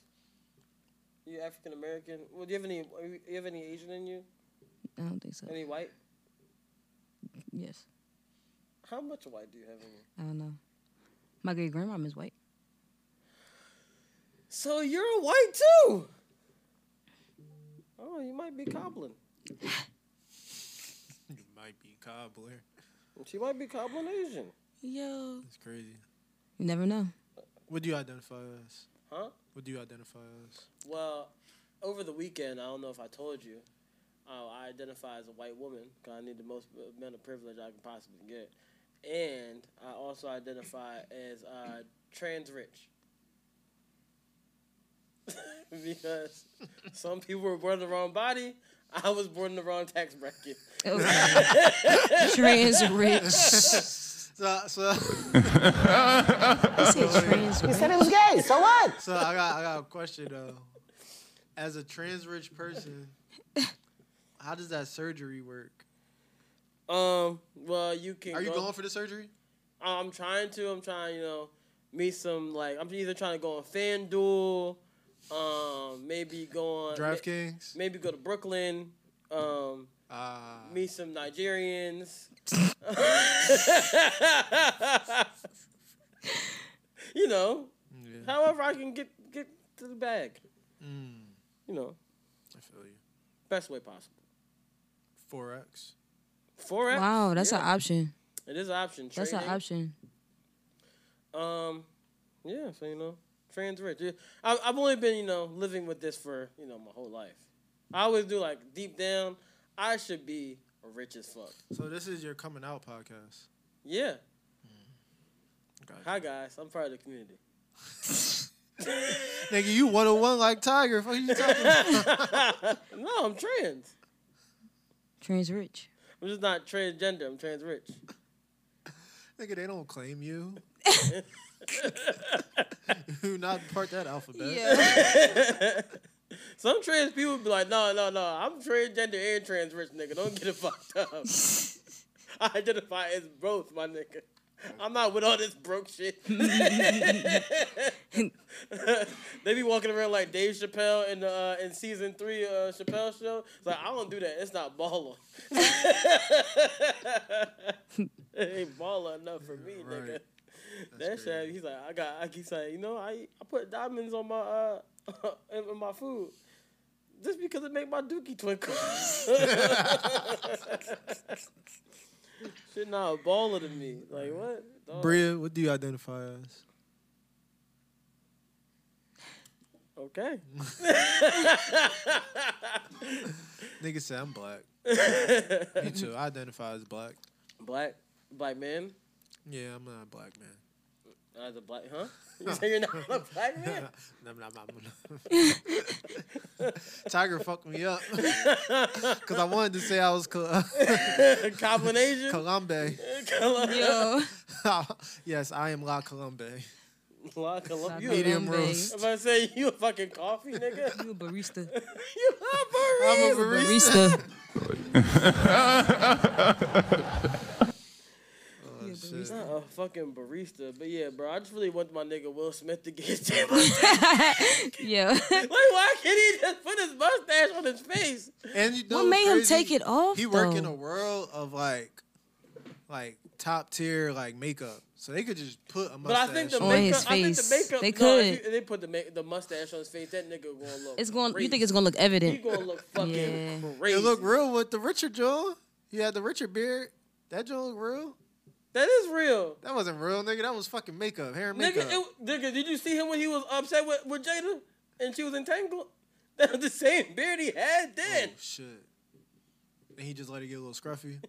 S2: You African American? Well, do you have any? Do you have any Asian in you?
S1: I don't think so.
S2: Any white?
S1: Yes.
S2: How much white do you have in you?
S1: I don't know. My great grandmom is white.
S2: So you're a white too. Oh, you might be cobbling.
S3: You might be cobbler.
S2: She might be cobbling Asian.
S1: Yo.
S3: It's crazy.
S1: You never know.
S3: What do you identify as?
S2: Huh?
S3: What do you identify as?
S2: Well, over the weekend, I don't know if I told you, uh, I identify as a white woman because I need the most uh, amount of privilege I can possibly get. And I also identify as uh, trans rich. because some people were born in the wrong body, I was born in the wrong tax bracket.
S1: Trans rich.
S3: So, so
S1: trans
S3: You
S1: said
S3: it was gay. So what? So I got, I got a question though. As a trans rich person, how does that surgery work?
S2: Um. Well, you can.
S3: Are you
S2: go-
S3: going for the surgery?
S2: I'm trying to. I'm trying. You know, meet some like. I'm either trying to go on FanDuel, um, maybe go on
S3: DraftKings?
S2: Maybe go to Brooklyn. Um,
S3: Ah,
S2: meet some Nigerians. you know, however I can get get to the bag. You know,
S3: I feel you.
S2: best way possible.
S3: Forex.
S2: Forex.
S1: Wow, that's an
S2: yeah.
S1: option.
S2: It is an option.
S1: That's an
S2: Trading.
S1: option.
S2: Um, yeah. So you know, trans rich. Yeah. I, I've only been you know living with this for you know my whole life. I always do like deep down, I should be rich as fuck.
S3: So this is your coming out podcast.
S2: Yeah.
S3: Gotcha.
S2: Hi guys, I'm part of the community.
S3: Nigga, you 101 like Tiger. What are you talking about?
S2: no, I'm trans.
S1: Trans rich.
S2: I'm just not transgender. I'm trans rich.
S3: Nigga, they don't claim you. you not part that alphabet.
S2: Some trans people be like, no, no, no. I'm transgender and trans rich, nigga. Don't get it fucked up. I identify as both, my nigga. I'm not with all this broke shit. they be walking around like Dave Chappelle in the uh, in season three uh, Chappelle show. It's like I don't do that. It's not baller. it ain't baller enough for me, nigga. That shit. He's like, I got. I keep saying, you know, I I put diamonds on my uh in, in my food just because it make my dookie twinkle. shit, not a baller to me. Like what? Dog.
S3: Bria, what do you identify as?
S2: Okay.
S3: Nigga said I'm black. Me too. I identify as black.
S2: black black man
S3: Yeah, I'm not a black man.
S2: as a black huh? You say you're not a black man?
S3: No, no, no, no. Tiger fucked me up because I wanted to say I was Col-
S2: Cobbling Asian?
S3: Colombe.
S1: Yo.
S3: yes, I am La Colombe.
S2: Black Colum- you
S3: Medium
S1: Colombe.
S3: roast.
S2: I'm about to say you a fucking coffee nigga.
S1: You a barista.
S2: you a barista.
S3: I'm a barista.
S1: Barista.
S3: Oh, shit.
S2: Not a fucking barista, but yeah, bro. I just really want my nigga Will Smith to get his damn mustache.
S1: Yo.
S2: Like, why can't he just put his mustache on his face?
S3: And you know
S1: What made him
S3: crazy?
S1: take it off,
S3: He work in
S1: though?
S3: a world of like, like top tier like makeup, so they could just put a mustache.
S2: But I think the
S1: On
S2: makeup,
S1: his
S2: I think the
S1: face.
S2: makeup,
S1: They
S2: no, if
S1: could.
S2: you- they put the ma- the mustache on his face. That nigga gonna look.
S1: It's going to you think
S2: crazy.
S1: it's gonna look
S2: he
S1: evident.
S2: gonna look fucking
S1: Yeah.
S2: crazy?
S3: it looked real with the Richard Joel. He had the Richard beard. That Joel look real.
S2: that is real.
S3: That wasn't real, nigga. That was fucking makeup, hair and makeup.
S2: Nigga, it, nigga, did you see him when he was upset with, with Jada and she was entangled? That was the same beard he had
S3: oh
S2: then.
S3: shit! And he just let it get a little scruffy.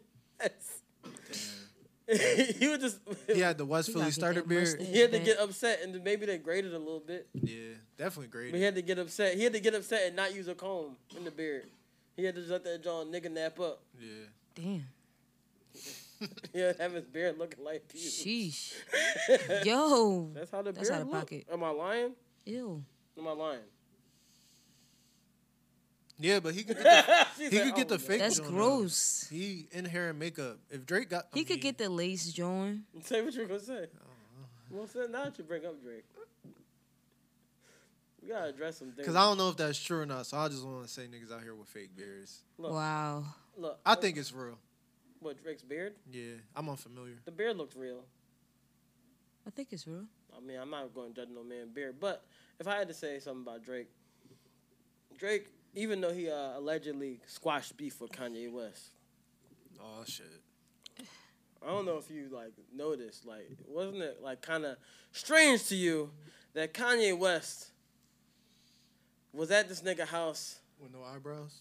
S2: he was just
S3: He had the West
S1: You
S3: Philly
S1: gotta get
S3: starter
S1: that
S3: beard.
S1: mustache.
S2: he had to get upset and then maybe they graded a little bit.
S3: Yeah, definitely great.
S2: But he had to get upset. He had to get upset and not use a comb in the beard. He had to just let that John nigga nap up.
S3: yeah.
S1: Damn.
S2: yeah, have his beard looking like you.
S1: Sheesh. Yo.
S2: That's how the
S1: That's
S2: beard
S1: out of
S2: look.
S1: pocket.
S2: Am I lying?
S1: Ew.
S2: Am I lying?
S3: Yeah, but he could get the,
S2: She's
S3: he could
S2: like,
S3: get
S2: "Oh,
S3: the fake.
S1: That's
S3: joint, though.
S1: gross.
S3: He inherent makeup. If Drake got, I
S1: He could
S3: mean,
S1: get the lace joint.
S2: Say what you gonna say.
S3: Uh-huh.
S2: Well, say, now that you bring up Drake, we gotta address some things.
S3: Cause I don't know if that's true or not, so I just want to say niggas out here with fake beards.
S2: Look.
S1: Wow.
S2: Look,
S3: I
S2: what-
S3: think it's real.
S2: what Drake's beard.
S3: Yeah, I'm unfamiliar.
S2: The beard looks real.
S1: I think it's real.
S2: I mean, I'm not going to judge no man beard, but if I had to say something about Drake, Drake, even though he uh, allegedly squashed beef with Kanye West,
S3: Oh shit.
S2: I don't know if you like noticed, like wasn't it like kind of strange to you that Kanye West was at this nigga house?
S3: With no eyebrows.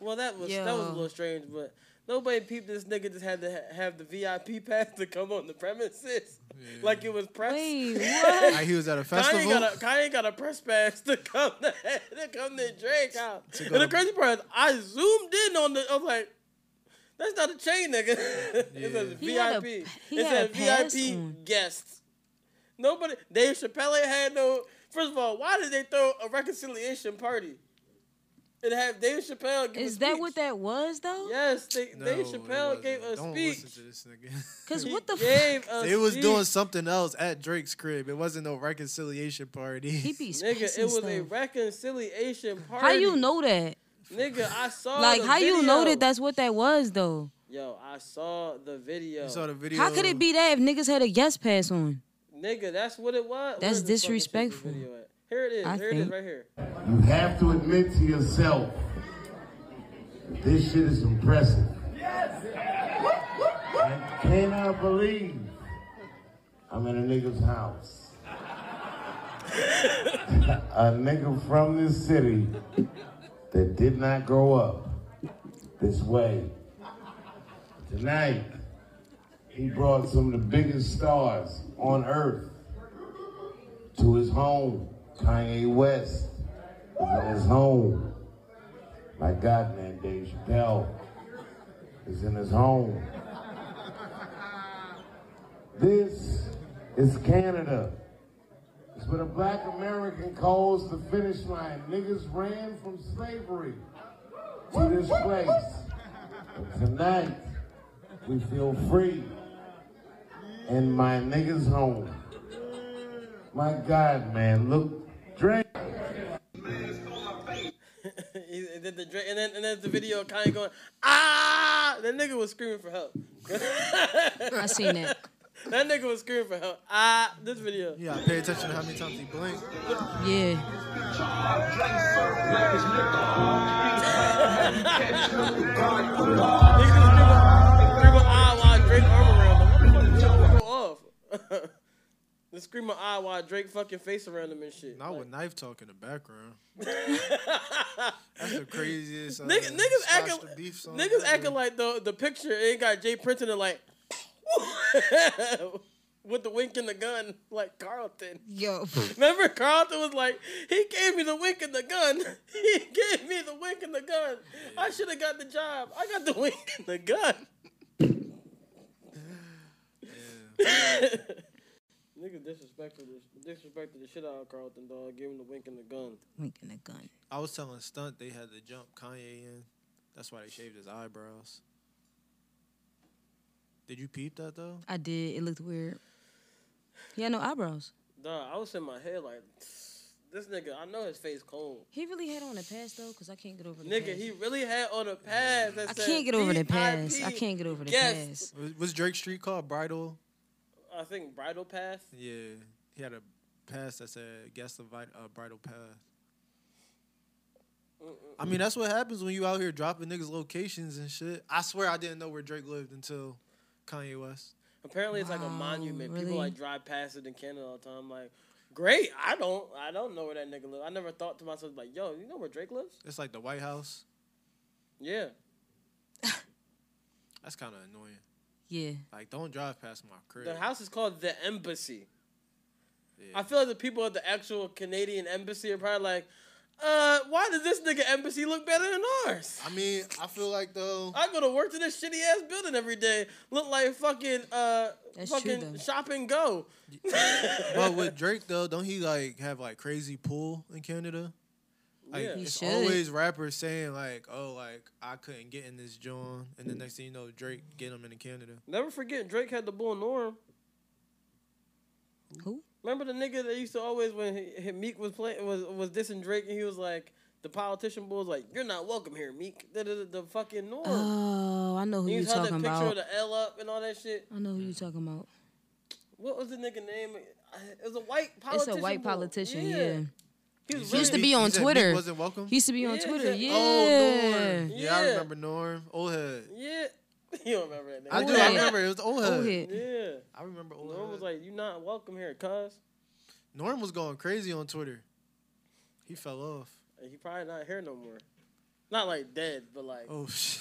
S2: Well, that was that was a
S1: Yo.
S2: little strange, but nobody peeped this nigga just had to ha- have the VIP pass to come on the premises, like it was press.
S1: Wait, what?
S3: Like he was at a
S2: Kanye
S3: festival.
S2: got a Kanye got a press pass to come to, to come to Drake out.
S3: go
S2: And the
S3: to-
S2: crazy part is I zoomed in on the I'm like, that's not a chain, nigga. it says
S1: He had a-
S2: VIP.
S1: he
S2: it
S1: had a
S2: says
S1: pass
S2: VIP
S1: on.
S2: guest. Nobody Dave Chappelle had no first of all, why did they throw a reconciliation party? And have Dave Chappelle give a
S1: Is that
S2: speech?
S1: what that was though?
S2: Yes, they,
S3: No,
S2: Dave
S3: it
S2: Chappelle
S3: wasn't.
S2: gave a
S3: Don't
S2: speech.
S3: listen to this nigga.
S1: Cause
S2: He
S1: what the fuck?
S2: gave a
S3: They was doing
S2: speech.
S3: something else at Drake's crib. It wasn't no reconciliation party.
S1: He be
S2: Nigga, it
S1: spacing
S2: was
S1: stuff.
S2: a reconciliation party.
S1: How you know that?
S2: Nigga, I saw
S1: Like
S2: the
S1: how you know
S2: video.
S1: that that's what that was though?
S2: Yo, I saw the video.
S3: You saw the video.
S1: How could it be that if niggas had a yes pass on?
S2: Nigga, that's what it
S1: That's
S2: was. Where the fuck is this
S1: disrespectful.
S2: video at? Here it is.
S1: I
S2: here it is
S1: think.
S2: right here.
S11: You have to admit to yourself, this shit is impressive. I cannot believe I'm in a nigga's house. a nigga from this city that did not grow up this way. Tonight, he brought some of the biggest stars on earth to his home, Kanye West is in his home. My God, man, Dave Chappelle is in his home. This is Canada. It's what a black American calls the finish line. Niggas ran from slavery to this place. And tonight, we feel free in my niggas' home. My God, man, look, Drake.
S2: He- and, then the, dra- and then and then the video kind of going ah. That nigga was screaming for help.
S1: I seen that.
S2: That nigga was screaming for help. Ah, this video.
S3: Yeah, pay attention to how many times he blinked.
S1: Yeah.
S2: Nigga was screaming, screaming ah while Drake arm around him. What the fuck is going off? The screaming ah while Drake fucking face around him and shit.
S3: Not
S2: Like,
S3: with knife talk in the background. That's the craziest. Uh,
S2: Niggas, niggas
S3: Scotch
S2: acting,
S3: the beef song
S2: niggas
S3: ever.
S2: acting like the the picture it got Jay Princeton and like with the wink and the gun, like Carlton.
S1: Yo.
S2: Remember Carlton was like, he gave me the wink and the gun. He gave me the wink and the gun. I should have got the job. I got the wink and the gun. Niggas disrespected the, disrespected the shit out of Carlton, dog. Gave him the wink and the gun.
S1: Winking a gun.
S3: I was telling Stunt they had to jump Kanye in. That's why they shaved his eyebrows. Did you peep that though?
S1: I did. It looked weird. He had no eyebrows.
S2: Dog, I was in my head like, this nigga, I know his face cold.
S1: He really had on a pass though, cause I can't get over the
S2: Nigga,
S1: pass.
S2: he really had on a pass. That
S1: I
S2: said
S1: can't get over the
S2: VIP.
S1: pass. I can't get over the
S2: Yes.
S1: pass.
S3: Was, was Drake's street called Bridal?
S2: I think bridal pass.
S3: Yeah, he had a pass that said guest of vit- uh, bridal path. I mean, that's what happens when you out here dropping niggas locations and shit. I swear I didn't know where Drake lived until Kanye West.
S2: Apparently, it's like a
S1: Wow,
S2: monument.
S1: really?
S2: People like drive past it in Canada all the time. Like, great. I don't. I don't know where that nigga lives. I never thought to myself like, yo, you know where Drake lives?
S3: It's like the White House.
S2: Yeah.
S3: That's kind of annoying.
S1: Yeah.
S3: Like, don't drive past my crib.
S2: The house is called the Embassy.
S3: Yeah.
S2: I feel like the people at the actual Canadian embassy are probably like, Uh, why does this nigga embassy look better than ours?
S3: I mean, I feel like though
S2: I go to work to this shitty ass building every day. Look like fucking uh
S1: That's true,
S2: fucking
S1: though.
S2: shop and go.
S3: but with Drake though, don't he like have like crazy pool in Canada? Like
S2: Yeah. He
S3: it's
S1: should.
S3: always rappers saying like, "Oh, like I couldn't get in this joint," and the next thing you know, Drake get him into Canada.
S2: Never forget Drake had the bull Norm.
S1: Who?
S2: Remember the nigga that used to always when he, he- Meek was playing was was dissing Drake and he was like the politician bull was like you're not welcome here Meek the the, the fucking Norm.
S1: Oh, I know who
S2: he
S1: you
S2: used to have
S1: talking
S2: that picture
S1: about.
S2: of the L up and all that shit.
S1: I know who you talking about.
S2: What was the nigga name? It was a white
S1: It's
S2: politician.
S1: a white
S2: bull.
S1: politician.
S2: Oh, Yeah.
S1: Yeah.
S2: He was
S1: He used to
S2: really-
S1: be
S3: He
S1: on
S3: said Meek
S1: Twitter.
S3: wasn't welcome?
S1: He used to be on
S2: Yeah,
S1: Twitter.
S2: he
S1: Yeah.
S2: said-
S3: Oh, Norm. Yeah, I
S2: Yeah.
S3: remember Norm. Old head.
S2: Yeah. You don't remember that nigga.
S3: I do.
S1: Old
S3: I
S1: head.
S3: remember it was old head.
S1: Old head.
S2: Yeah.
S3: I remember old
S2: Norm
S3: head.
S2: was like, you not welcome here, cuz.
S3: Norm was going crazy on Twitter. He fell off.
S2: And He probably not here no more. Not like dead, but like.
S3: Oh shit.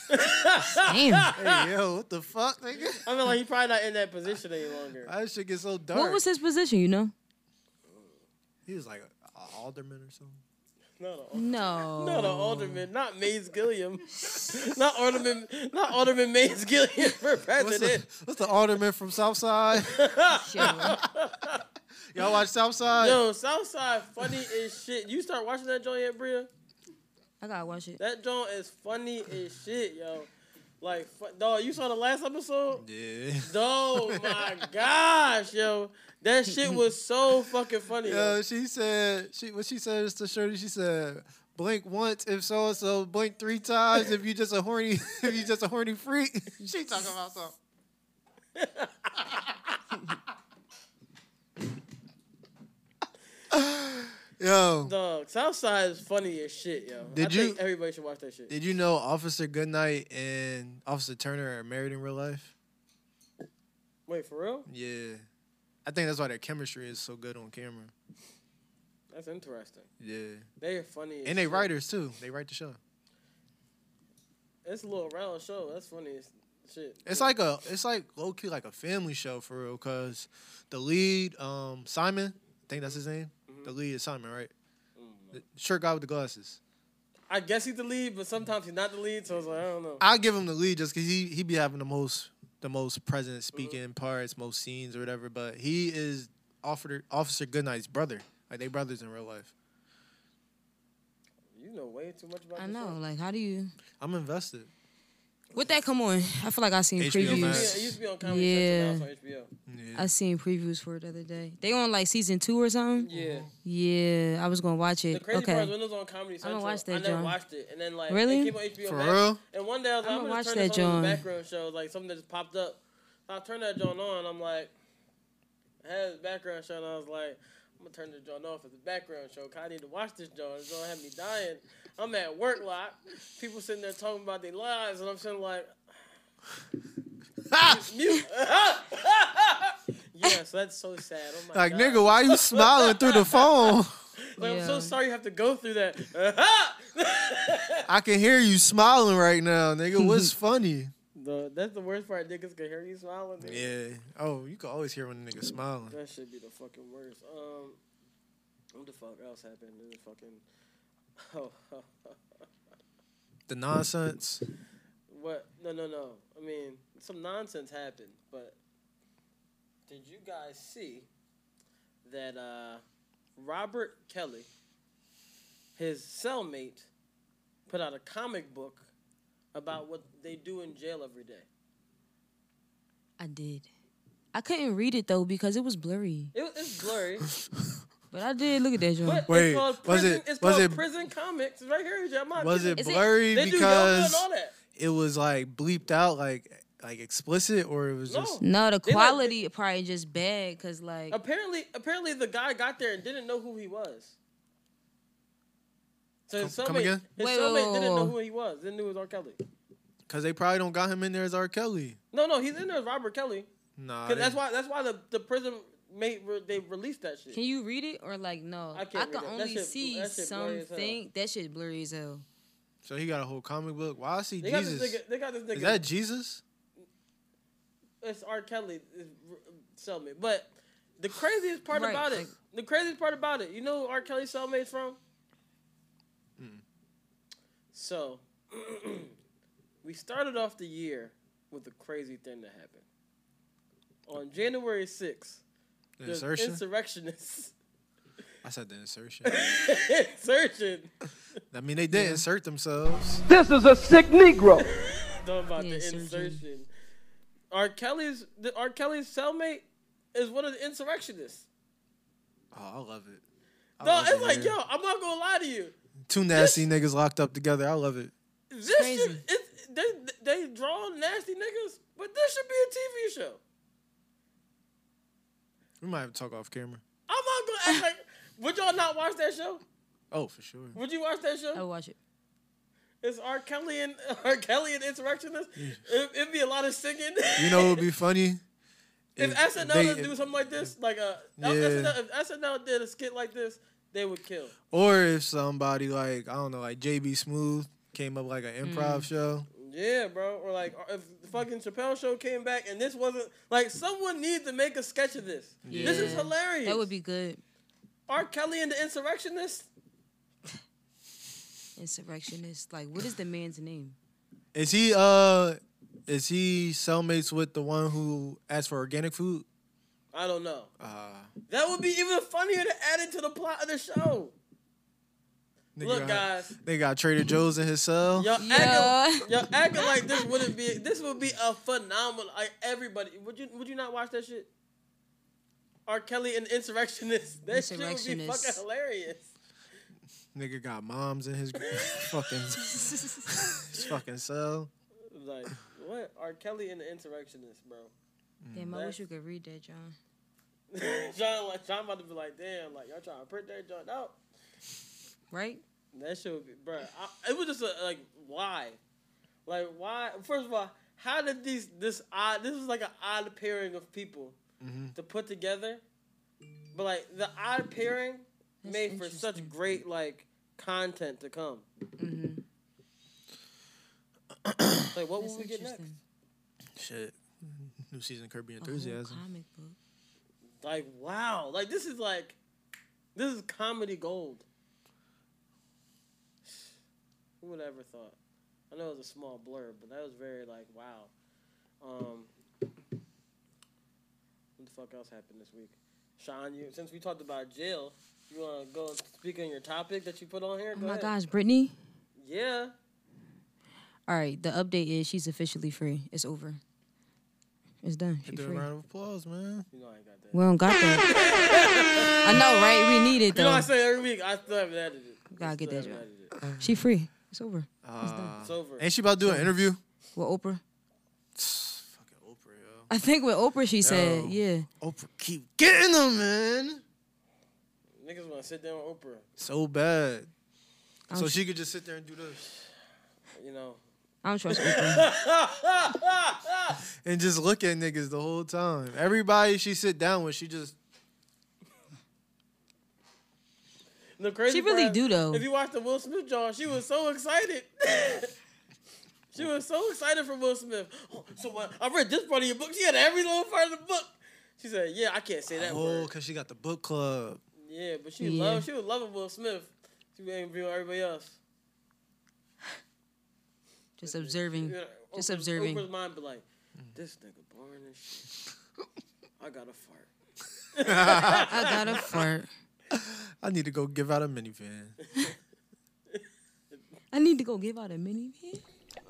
S1: Damn.
S3: hey yo, what the fuck, nigga?
S2: I mean, like, he probably not in that position any longer.
S3: That shit get so dark.
S1: What was his position? You know?
S3: He was like a, a alderman or something.
S2: No, no.
S1: No.
S2: No, the alderman, not Mays Gilliam, not alderman, not alderman Mays Gilliam for
S3: What's the,
S2: president.
S3: what's the alderman from Southside?
S1: Shit.
S3: Y'all watch Southside?
S2: Yo, Southside funny as shit. You start watching that joint yet, Bria?
S1: I gotta watch it.
S2: That joint is funny as shit, yo. Like, fu- dog, you saw the last episode?
S3: Yeah.
S2: Oh my gosh, yo, that shit was so fucking funny. Yo.
S3: Yo, she said she what she said is to Shirley. She said, "Blink once if so and so. Blink three times if you just a horny if you just a horny freak." she talking about something. Yo,
S2: Dog, Southside is funny as shit, yo. I
S3: Did
S2: think
S3: you-
S2: everybody should watch that shit.
S3: did you know Officer Goodnight and Officer Turner are married in real life?
S2: Wait, for real?
S3: Yeah, I think that's why their chemistry is so good on camera.
S2: That's interesting.
S3: Yeah,
S2: They are funny. As
S3: and they
S2: shit.
S3: writers too. They write the show.
S2: It's a little round show. That's funny as shit.
S3: It's like a it's like low key like a family show for real because the lead um Simon I think that's his name
S2: Mm-hmm.
S3: the lead is Simon right the short guy with the glasses
S2: I guess he's the lead, but sometimes he's not the lead. So I was like, I don't know.
S3: I'll give him the lead just because he he be having the most the most present
S2: Mm-hmm.
S3: speaking parts most scenes or whatever but he is officer Officer Goodnight's brother like they brothers in real life
S2: You know way too much about.
S1: I
S2: this
S1: know.
S2: shit.
S1: Like, how do you?
S3: I'm invested
S1: What that come on? I feel like I seen
S3: HBO
S1: previews.
S2: Yeah,
S3: Max.
S2: it used to be on Comedy Central, now
S1: Yeah.
S2: it's on HBO.
S3: yeah.
S1: I seen previews for it the other day. They on like season two or something.
S2: Yeah.
S1: Yeah, I was gonna watch
S2: The
S1: it.
S2: crazy part is
S1: Okay.
S2: when it was on Comedy
S1: I'ma
S2: Central, I,
S1: watch that
S2: never
S1: joint.
S2: watched it, and then like
S1: Really?
S2: it came on HBO
S3: For
S2: Max.
S3: real?
S2: And one day I was like, I'm
S1: I'ma
S2: gonna
S1: watch
S2: turn
S1: that
S2: this on in the
S1: joint.
S2: background show, like something that just popped up. So I turned that joint on. I'm like, I had this background show, and I was like, I'm gonna turn the joint off as a background show. 'cause I need to watch this joint. This joint have me dying. I'm at work lot. People sitting there talking about their lives, and I'm sitting like, mute. yes, that's so sad. Oh my
S3: like
S2: God.
S3: nigga why you smiling through the phone
S2: Like, I'm so
S1: Yeah.
S2: sorry you have to go through that.
S3: I can hear you smiling right now nigga what's funny
S2: The, that's the worst part. Niggas can hear you smiling. dude.
S3: yeah oh you can always hear when the nigga smiling
S2: That should be the fucking worst. Um, what the fuck else happened in the fucking? Oh,
S3: the nonsense
S2: what? No, no, no. I mean, some nonsense happened. But did you guys see that uh, Robert Kelly, his cellmate, put out a comic book about what they do in jail every day?
S1: I did. I couldn't read it though because it was blurry.
S2: It, it's blurry.
S1: But I did look at that
S2: But
S1: joint.
S3: Wait,
S2: it's called
S3: was
S2: prison,
S3: it-
S2: It's
S3: was
S2: called
S3: it-
S2: prison comics. It's right here. I'm not
S3: Was
S2: kidding.
S3: it
S1: Is it-
S3: blurry
S2: They do yoga
S3: because
S2: and all that.
S3: it was like bleeped out, like like explicit, or it was
S2: No.
S3: just
S1: No, the
S2: They like-
S1: quality probably just bad because like
S2: Apparently, apparently the guy got there and didn't know who he was. So his
S3: Come-
S2: cellmate,
S3: come again?
S2: his
S1: Wait,
S2: cellmate
S1: wait, wait,
S2: didn't know
S1: wait.
S2: who he was. Didn't know it was R. Kelly.
S3: because they probably don't got him in there as R. Kelly.
S2: No, no, he's in there as Robert Kelly.
S3: Nah,
S2: 'Cause
S3: they-
S2: that's why that's why the, the prison mate re- they released that shit.
S1: Can you read it or like no?
S2: I
S1: I,
S2: can't
S1: can
S2: read it. That
S1: only
S2: shit-
S1: see
S2: that shit blurry as hell.
S1: something. That shit blurry as hell.
S3: So he got a whole comic book. Why I see
S2: they got
S3: Jesus?
S2: this nigga. They got this nigga.
S3: Is that Jesus?
S2: it's R. Kelly is r- cellmate. But the craziest part
S1: Right,
S2: about it,
S1: like-
S2: the craziest part about it, you know who R. Kelly's cellmate's from?
S3: Hmm.
S2: So, we started off the year with a crazy thing that happened. On January 6th,
S3: The
S2: the
S3: insertion?
S2: insurrectionists
S3: I said the insertion.
S2: insertion
S3: I mean, they did insert themselves. Oh,
S6: This is a sick Negro.
S2: talking about
S3: Yeah,
S2: the
S3: insurgent.
S2: insertion. R. Kelly's the R. Kelly's cellmate is one of the insurrectionists.
S3: Oh, I love it. I
S2: No,
S3: love
S2: it's
S3: to
S2: like,
S3: hear
S2: yo, I'm not gonna lie to you.
S3: Two nasty niggas locked up together. I love it.
S2: This should it's, they they draw nasty niggas, but this should be a TV show.
S3: We might have to talk off camera.
S2: I'm not gonna act like. Would y'all not watch that show?
S3: Oh, for sure.
S2: Would you watch that show? I
S1: watch it.
S2: It's R. Kelly and R. Kelly and insurrectionists. It, it'd be a lot of singing.
S3: You know what would be funny?
S2: if, SNL
S3: they-
S2: did do something like this, like a
S3: Yeah.
S2: SNL, if SNL did a skit like this, they would kill.
S3: Or if somebody like, I don't know, like JB Smooth came up like an improv show.
S2: Yeah, bro. Or like if the fucking Chappelle show came back and this wasn't like someone needs to make a sketch of this. This is
S1: Yeah.
S2: hilarious.
S1: That would be good.
S2: R. Kelly and the insurrectionists.
S1: Insurrectionist. Like, what is the man's name?
S3: Is he uh is he cellmates with the one who asked for organic food?
S2: I don't know.
S3: Uh
S2: That would be even funnier to add into the plot of the show.
S3: Nigga
S2: Look,
S3: got-
S2: guys.
S3: They got Trader Joe's in his cell.
S2: Y'all acting, y'all acting like this wouldn't be. This would be a phenomenal. Like everybody, would you would you not watch that shit? R. Kelly and insurrectionists. That shit would be fucking
S3: Insurrectionists.
S2: hilarious.
S3: Nigga got moms in his fucking his fucking cell.
S2: Like what? R. Kelly and the insurrectionists, bro.
S1: Damn, I
S2: That's-
S1: wish you could read that, John.
S2: John, like John, about to be like, damn, like y'all trying to print that joint out,
S1: right?
S2: That shit would be, bro. I, it was just a, like, why, like why? First of all, how did these this odd? This was like an odd pairing of people to put together, but like the odd pairing made for such great like content to come. like, what will we get next?
S3: Shit. New season Kirby
S1: whole
S3: enthusiasm.
S1: comic book.
S2: Like, wow, like this is like, this is comedy gold. Who would have ever thought? I know it was a small blurb, but that was very like, wow. Um, what the fuck else happened this week? Sean, you since we talked about jail, you want to go speak on your topic that you put on here?
S1: Oh
S2: Go
S1: my
S2: ahead.
S1: gosh, Brittany.
S2: Yeah.
S1: All right, the update is she's officially free. It's over. It's done. She's
S3: Do a
S1: free.
S3: round of applause, man.
S2: You know I ain't got that.
S1: We don't got that. I know, right? We need it
S2: You know I
S1: though.
S2: say every week I still haven't edited it. I
S1: Gotta get
S2: still
S1: that
S2: haven't edited it.
S1: She free. It's over. it's
S3: Uh,
S1: done.
S2: It's over.
S3: Ain't she about to do an interview?
S1: With Oprah?
S3: Fucking Oprah, yo.
S1: I think with Oprah she said,
S3: Yo,
S1: yeah.
S3: Oprah keep getting them, man.
S2: Niggas want to sit down with Oprah.
S3: So bad.
S1: I'm
S3: so
S1: s-
S3: she could just sit there and do this
S2: You know.
S1: I don't trust Oprah.
S2: Oprah.
S3: and just look at niggas the whole time. Everybody she sit down with, she just
S2: The crazy
S1: She really
S2: part
S1: do, though.
S2: If you watch the Will Smith John, she was so excited. she was so excited for Will Smith. Oh, so what? I read this part of your book. She had every little part of the book. She said, "Yeah, I can't say that
S3: oh,
S2: word."
S3: cause she got the book club.
S2: Yeah, but she
S3: Yeah.
S2: loved. She was loving Will Smith. She was interviewing everybody else.
S1: Just observing.
S2: Yeah,
S1: Just
S2: Oprah's-
S1: observing.
S2: Oprah's mind be like, "This nigga boring as shit." I got to fart. I
S1: gotta fart.
S3: I need to go give out a minivan.
S1: I need to go give out a mini.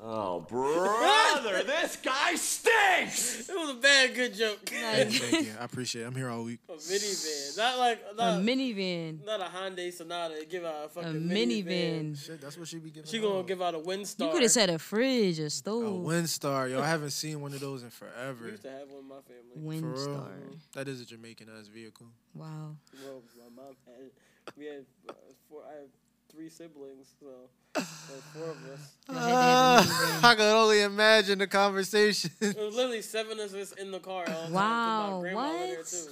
S3: Oh,
S2: brother, this guy stinks. It was a bad good joke.
S3: Thank you. I appreciate it. I'm here all week.
S2: A minivan, not like not,
S1: minivan.
S2: not a Hyundai Sonata. Give out a Uh, fucking
S1: minivan.
S3: Shit, that's what she be giving.
S2: She gonna
S3: out.
S2: give out a Windstar.
S1: You could have said a fridge, a stove.
S3: Windstar, yo, I haven't seen one of those in forever.
S2: We used to have one in my family.
S3: For real.
S1: Windstar.
S3: That is a Jamaican ass vehicle.
S1: Wow.
S2: Well, my mom had. We had uh, four. I have three siblings, so there was four of us.
S3: Ah, I could only imagine the conversation.
S2: It was literally seven of us in the car. All the
S1: Wow,
S2: Time, 'cause my grandma lived
S1: what?
S2: There too.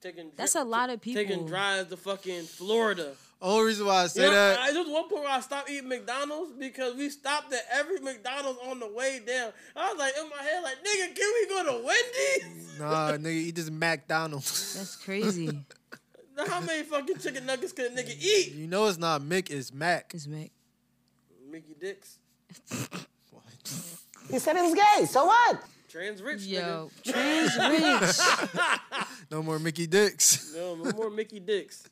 S2: Taking dri-
S1: That's a lot of
S2: Taking
S1: people.
S2: drives to fucking Florida.
S3: Only reason why I say
S2: You know,
S3: that.
S2: I, there was one point where I stopped eating McDonald's because we stopped at every McDonald's on the way down. I was like in my head, like, nigga, can we go to Wendy's?
S3: Nah, nigga, eat this McDonald's.
S1: That's crazy.
S2: Now, How many fucking chicken nuggets could a nigga eat?
S3: You know it's not Mick, it's Mac.
S1: It's Mac.
S2: Mickey Dicks.
S12: He said it was gay. So what?
S2: Trans rich.
S1: Yo,
S2: nigga.
S1: trans rich.
S3: No more Mickey Dicks.
S2: no, no more Mickey Dicks.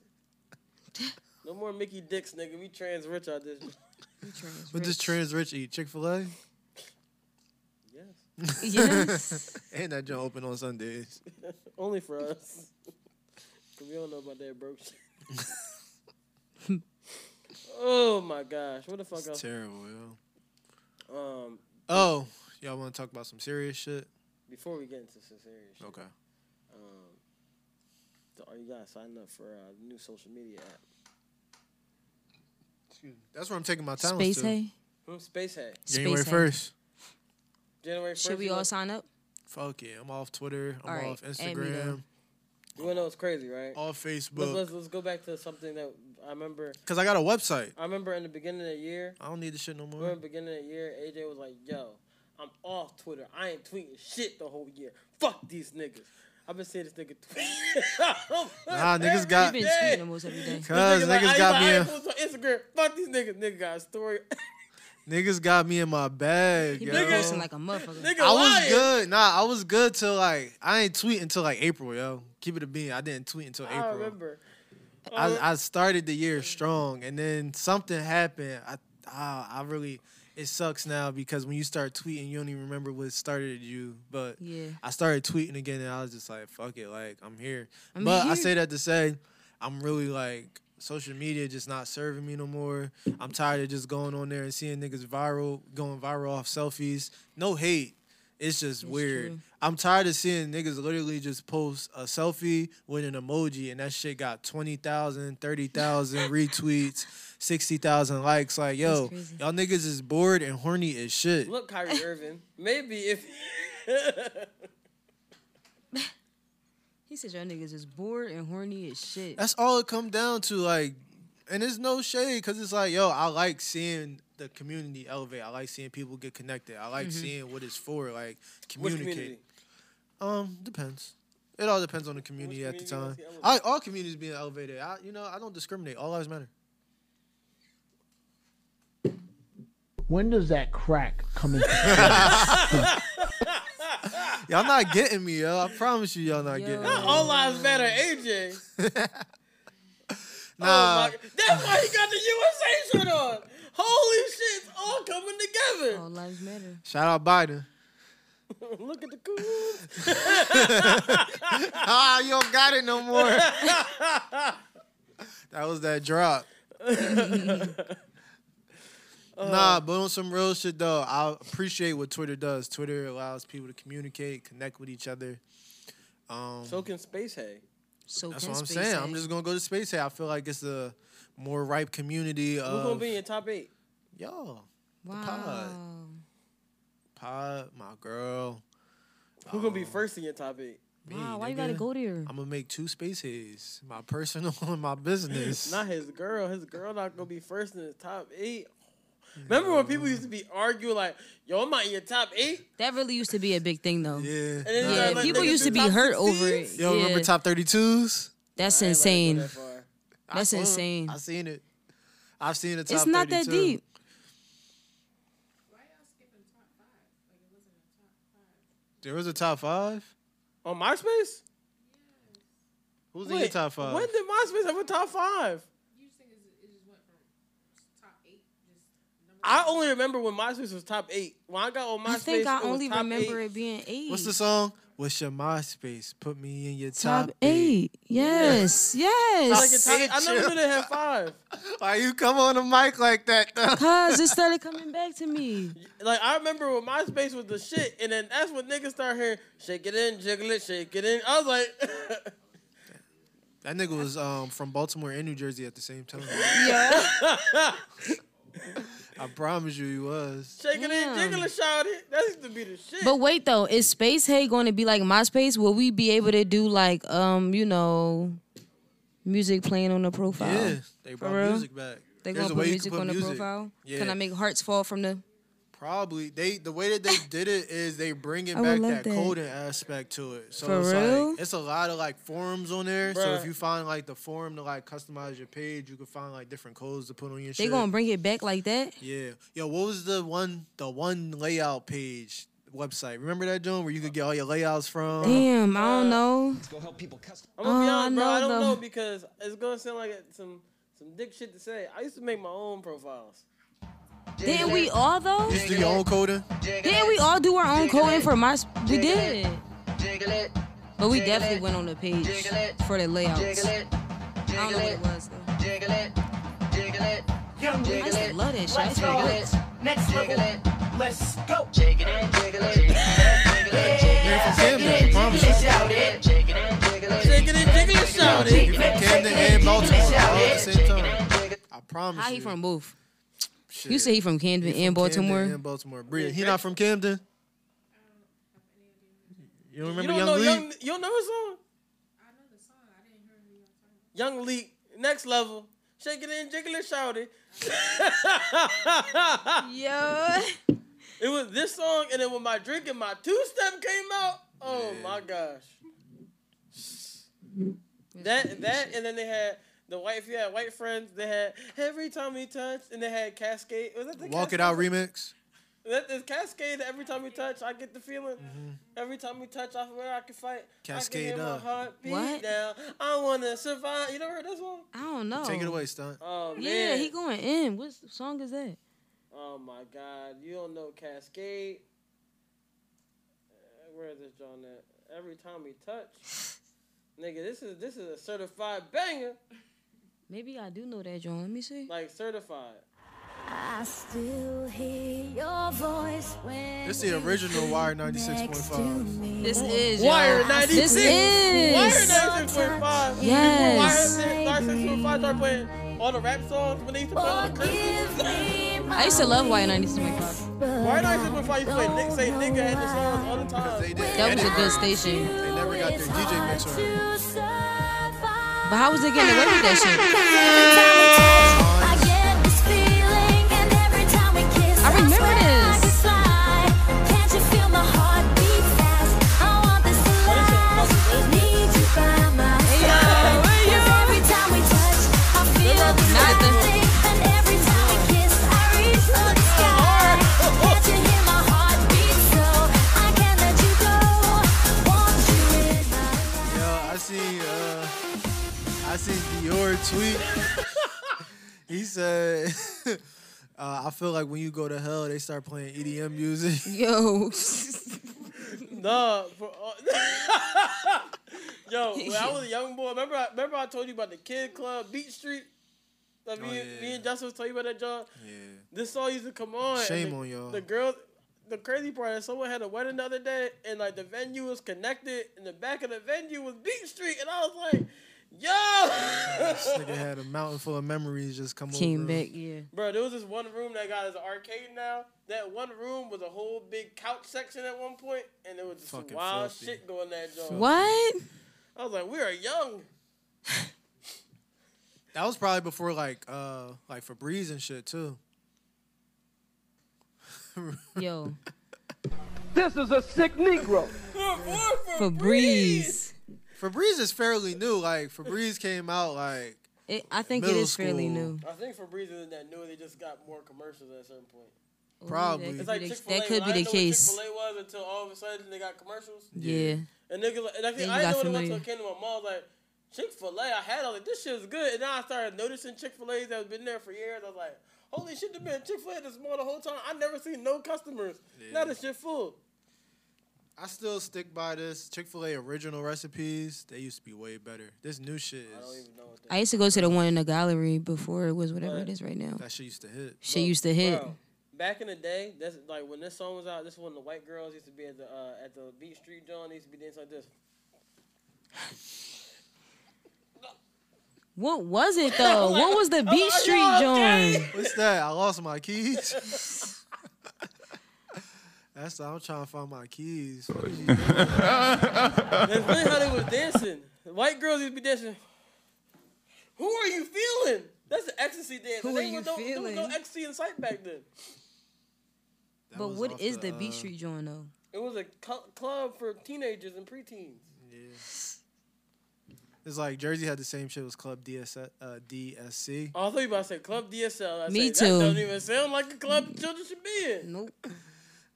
S2: No more Mickey Dicks, nigga. We trans rich out this.
S3: What does trans rich eat? Chick fil A? Yes.
S2: Yes.
S3: and that joint open on Sundays.
S2: Only for us. 'Cause we don't know about that broke shit. oh my gosh. What the fuck
S3: It's
S2: else?
S3: terrible, yo.
S2: Um,
S3: Oh, y'all want to talk about some serious shit?
S2: before we get into some serious shit,
S3: Okay.
S2: um, so are you guys signing up for a new social media app?
S3: That's where I'm taking my time.
S1: Space
S3: to.
S1: Hay.
S2: Hmm, Space Hack.
S3: January
S1: Space Hay.
S3: 1st.
S2: January 1st.
S1: Should we
S2: you
S1: all
S2: know-
S1: sign up?
S3: Fuck yeah. I'm off Twitter. I'm
S1: All right,
S3: off
S1: add me
S3: Instagram.
S1: then.
S2: You wanna know it's crazy, right?
S3: Off
S2: Let's,
S3: Facebook.
S2: let's, let's go back to something that I remember.
S3: Because I got a website.
S2: I remember in the beginning of the year,
S3: I don't need this shit no
S2: remember
S3: more.
S2: in the beginning of the year, AJ was like, yo, I'm off Twitter. I ain't tweeting shit the whole year. Fuck these niggas. I've been seeing this nigga tweet.
S3: Nah, niggas got-
S1: We've been tweeting almost every day.
S3: Cause
S2: like,
S3: niggas
S2: I-
S3: got
S2: I-
S3: me
S2: I
S3: in-
S2: post on Instagram. Fuck these niggas. Nigga got a story.
S3: Niggas got me in my bag,
S1: He
S3: yo.
S1: been posting like a motherfucker.
S2: Nigga
S3: I was
S2: lying.
S3: good. Nah, I was good till like I ain't tweet until like April, yo. Keep it a bean. I didn't tweet until
S2: I
S3: April.
S2: remember.
S1: Uh-huh.
S3: I, I started the year strong, and then something happened. I ah, I really it sucks now because when you start tweeting, you don't even remember what started you. But
S1: Yeah.
S3: I started tweeting again, and I was just like, "Fuck it, like I'm here."
S1: I'm
S3: but I
S1: here.
S3: say that to say, I'm really like social media just not serving me no more. I'm tired of just going on there and seeing niggas viral, going viral off selfies. No hate. It's just weird.
S1: true.
S3: I'm tired of seeing niggas literally just post a selfie with an emoji and that shit got 20,000, 30,000 retweets, 60,000 likes. Like, yo,
S1: crazy.
S3: y'all niggas is bored and horny as shit.
S2: Look, Kyrie Irving. Maybe if.
S1: He said y'all niggas is bored and horny as shit.
S3: That's all it come down to. Like, and it's no shade because it's like, yo, I like seeing the community elevate. I like seeing people get connected. I like
S1: Mhm.
S3: seeing what it's for. Like,
S2: Which
S3: communicate.
S2: community?
S3: Um, depends. It all depends on the community at the
S2: community you wanna
S3: time.
S2: see elevated?
S3: I, all communities being elevated. I, you know, I don't discriminate. All lives matter.
S13: When does that crack come in?
S3: Y'all not getting me, yo. I promise you, y'all not getting me.
S2: Not all lives matter,
S3: Uh,
S2: AJ.
S3: Nah,
S2: Oh my, that's why he got the USA shirt on. Holy shit, it's all coming together.
S1: All lives matter.
S3: shout out Biden.
S2: Look at the cool.
S3: ah, you don't got it no more. that was that drop. nah, but on some real shit though, I appreciate what Twitter does. Twitter allows people to communicate, connect with each other. Um,
S2: So can Space Hay.
S1: So
S3: that's
S1: can
S3: what I'm
S1: Space
S3: saying.
S1: Hay.
S3: I'm just gonna go to Space Hay. I feel like it's a more ripe community
S2: Who's gonna
S3: of
S2: be in your top eight?
S3: yo
S1: wow.
S3: pod, my girl.
S2: Who's gonna
S3: Oh.
S2: be first in your top eight?
S3: Me,
S1: Wow, why you gotta
S3: nigga.
S1: go there?
S3: I'm gonna make two space hays, my personal and my business.
S2: Not his girl. His girl not gonna be first in his top eight.
S3: Mm.
S2: Remember when people used to be arguing like, "Yo, I'm not in your top eight?
S1: That really used to be a big thing though.
S3: yeah.
S2: then
S3: nah.
S2: you
S1: Yeah,
S2: like,
S1: people
S2: niggas
S1: used to
S2: in
S1: be
S2: top
S1: hurt over it.
S2: 16s?
S3: Yo, remember
S1: Yeah.
S3: top 32s?
S1: That's
S2: I ain't let it go
S1: insane.
S2: that far.
S1: That's
S3: I seen-
S1: insane.
S3: I seen it. I've seen the top
S1: It's not that
S3: 32.
S1: deep.
S3: There was a top five.
S2: On MySpace?
S3: Who's in your top five?
S2: When did MySpace have a top five? I only remember when MySpace was top eight. When I got on MySpace,
S1: I think I
S2: it was
S1: only
S2: top
S1: remember
S2: eight.
S1: it being eight.
S3: What's the song? What's your MySpace? Put me in your top,
S1: Top eight. Yes.
S2: I Like a
S1: Yes.
S2: top eight. I never knew they had five.
S3: Why you come on the mic like that?
S1: Cause it started coming back to me.
S2: Like I remember when MySpace was the shit, and then that's when niggas started hearing "Shake It In," "Jiggle It," "Shake It In." I was like,
S3: that nigga was um, from Baltimore and New Jersey at the same time.
S1: Yeah.
S3: I promise you, he was.
S2: "Shake It In,"
S1: Damn.
S2: "Jiggle It," "Shout It." That used to be the shit.
S1: But wait though, is Space Hay going to be like MySpace? Will we be able to do like um, you know, music playing on the profile?
S3: Yeah, they
S1: For
S3: brought
S1: real?
S3: music back.
S1: They
S3: There's
S1: gonna
S3: a
S1: put
S3: way you
S1: music
S3: can put
S1: on the
S3: music.
S1: profile.
S3: Yeah.
S1: Can I make hearts fall from the
S3: Probably they the way that they did it is they bringing
S1: I would
S3: back
S1: love
S3: that,
S1: that.
S3: coding aspect to it. So
S1: For
S3: it's
S1: real?
S3: like it's a lot of like forums on there. So
S1: Bruh.
S3: if you find like the forum to like customize your page, you can find like different codes to put on your
S1: They
S3: shit.
S1: gonna bring it back like that?
S3: Yeah. Yo, what was the one the one layout page website? Remember that John where you could get all your layouts from?
S1: Damn, I don't know.
S2: I'm gonna be
S1: Uh, I
S2: honest, bro. I
S1: know
S2: don't
S1: the-
S2: know because it's gonna sound like it- some some dick shit to say. I used to make my own profiles.
S1: Didn't we all though?
S3: Just do your own coding.
S1: Didn't we all do our own coding for my? We did. But we definitely went on the page for the layouts. I don't know what it was though. I used to love that shit. I used to make
S12: Next
S1: notes.
S12: level. Let's go.
S3: I promise
S1: How he
S3: you.
S1: from both?
S3: Shit.
S1: You say he from Camden
S3: He
S1: and
S3: from
S1: Baltimore.
S3: Camden and Baltimore. Bria, he not from Camden. You don't remember
S2: you don't
S3: Young
S2: know
S3: Lee?
S2: young, you don't know his song? I know the song. I didn't hear Young Leak, next level. Shake it and jiggle and shout it.
S1: Yo.
S2: It was this song, and then when my drink and my two step came out, oh my gosh. That that and then they had the white if you had white friends, they had every time we touched, and they had Cascade. Was that the
S3: Walk
S2: Cascade?
S3: It Out remix.
S2: That is Cascade. Every time we touch, I get the feeling. Every time we touch, I feel where I can fight. I
S3: Mm-hmm.
S2: can
S3: Cascade
S2: hear my
S3: up.
S2: heart beat
S1: What?
S2: down. I wanna survive. You never heard this one?
S1: I don't know.
S3: Take it away, stunt.
S2: Oh man.
S1: Yeah, he going in. What song is that?
S2: Oh my God! You don't know Cascade. Uh, Where is this John at? Every time we touch, nigga, this is this is a certified banger,
S1: Maybe I do know that, John. Let me see.
S2: like certified.
S14: I still hear your voice when
S3: It's the original Wire 96.5.
S1: This is
S2: Wire
S1: y'all.
S2: 96.
S1: This is.
S2: Wire 96.5.
S1: Yes.
S2: Before Wire 96.5 started playing all the rap songs when they used to play all the Christmas.
S1: I used to love Wire 96.5.
S2: Wire 96.5 used to play Nick Say Nigga and the songs all the time.
S1: That was a good station.
S3: They never got their DJ mix on.
S1: But how was they getting away with that shit? I remember this.
S3: Yo, I seen uh, I seen Dior tweet. he said, uh, "I feel like when you go to hell, they start playing EDM music."
S1: Yo.
S2: Nah, for, uh, yo, when I was a young boy, remember I, remember I told you about the kid club, Beat Street. That
S3: Oh,
S2: me, and me and Justin was telling you about that job.
S3: yeah.
S2: This song used to come on. and
S3: Shame
S2: the,
S3: on y'all.
S2: The girls, the crazy part is someone had a wedding the other day, and like the venue was connected, and the back of the venue was Beat Street, and I was like,
S3: This
S2: yo.
S3: nigga had a mountain full of memories just come
S1: Came
S3: over.
S1: back, yeah.
S2: Bro, there was this one room that got as an arcade now. That one room was a whole big couch section at one point, and there was just some
S3: Fucking
S2: wild
S3: filthy.
S2: shit going that joint.
S1: What?
S2: I was like, we are young.
S3: That was probably before like uh like Febreze and shit too.
S1: Yo.
S6: This is a sick Negro.
S1: Febreze.
S3: Febreze is fairly new. Like Febreze came out like
S1: It, I think
S3: Middle
S1: it is fairly
S3: school.
S1: new.
S2: I think Febreze isn't that new. They just got more commercials at a certain point.
S1: Ooh, that
S3: Probably.
S2: It's
S1: could
S2: like
S1: be the-
S2: Chick-fil-A.
S1: That could
S2: When I
S1: be the
S2: didn't know what
S1: case.
S2: Chick-fil-A was until all of a sudden they got commercials.
S1: Yeah.
S2: And niggas, and I,
S1: Then you
S2: think, I didn't know
S1: got
S2: what it was until
S1: familiar.
S2: I came to my mom. Like Chick-fil-A, I had all like this shit is good, and then I started noticing Chick-fil-A's that have been there for years. I was like, holy shit, they've been at Chick-fil-A this small the whole time. I never seen no customers. Now this shit full.
S3: I still stick by this Chick Fil A original recipes. They used to be way better. This new shit is
S1: I used to go to the one in the gallery before it was whatever it is right now.
S3: that shit used to hit.
S1: Shit used to hit.
S2: Bro, back in the day, that's like when this song was out. This one, the white girls used to be at the uh, at the Beach Street John. They used to be dancing like this.
S1: What was it though? What was the Beat Street joint?
S3: What's that? I lost my keys. That's I'm trying to find my keys.
S2: That's really how they was dancing. The white girls used to be dancing. Who are you feeling? That's the ecstasy dance.
S1: Who
S2: There
S1: are
S2: was
S1: you
S2: no, There was no
S1: feeling?
S2: ecstasy in sight back then.
S3: That
S1: but
S3: was
S1: what
S3: off
S1: is
S3: the,
S1: the, B
S3: uh,
S1: Street joint though?
S2: It was a cl- club for teenagers and preteens.
S3: It's like Jersey had the same shit was Club DSS, uh, DSC.
S2: Oh, I thought you about to say Club DSL. I
S3: Me
S2: say,
S3: too.
S2: That doesn't even sound like a club children should be in.
S1: Nope.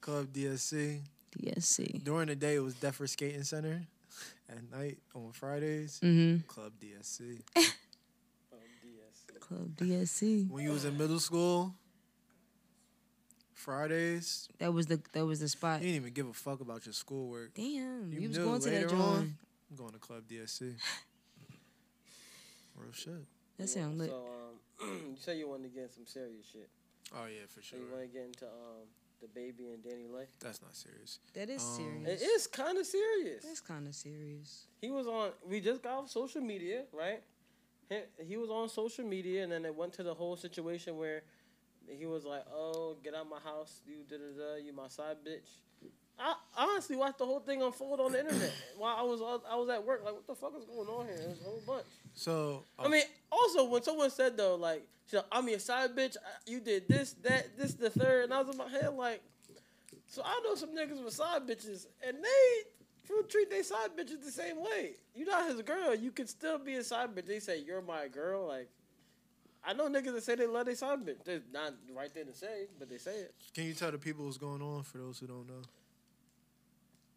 S3: Club DSC.
S1: DSC.
S3: During the day it was Deffer Skating Center. At night on Fridays,
S1: Mhm.
S3: Club DSC.
S1: Club DSC.
S3: when you was in middle school, Fridays.
S1: That was the that was the spot.
S3: You didn't even give a fuck about your schoolwork.
S1: Damn, you was
S3: knew
S1: going to that
S3: later
S1: joint.
S3: on, I'm going to Club DSC. Real shit.
S1: That sound lit.
S2: So, um, you say you wanted to get in some serious shit.
S3: Oh yeah, for
S2: So you
S3: sure.
S2: want to get into um, the baby and Danny Lay?
S3: That's not serious.
S1: That is serious.
S2: It is kind of serious.
S1: That's kind of serious.
S2: He was on. We just got off social media, right? He, he was on social media, and then it went to the whole situation where he was like, "Oh, get out my house, you da da da, you my side bitch." I honestly watched the whole thing unfold on the internet while I was I was at work. Like, what the fuck is going on here? It was a whole bunch.
S3: So
S2: I mean, also when someone said though, like, she's like, "I'm your side bitch. I- You did this, that, this, the third. and I was in my head like, so I know some niggas with side bitches, and they will treat their side bitches the same way. you not his girl. You could still be a side bitch. They say you're my girl. Like, I know niggas that say they love their side bitch. They're not the right thing to say, but they say it.
S3: Can you tell the people what's going on for those who don't know?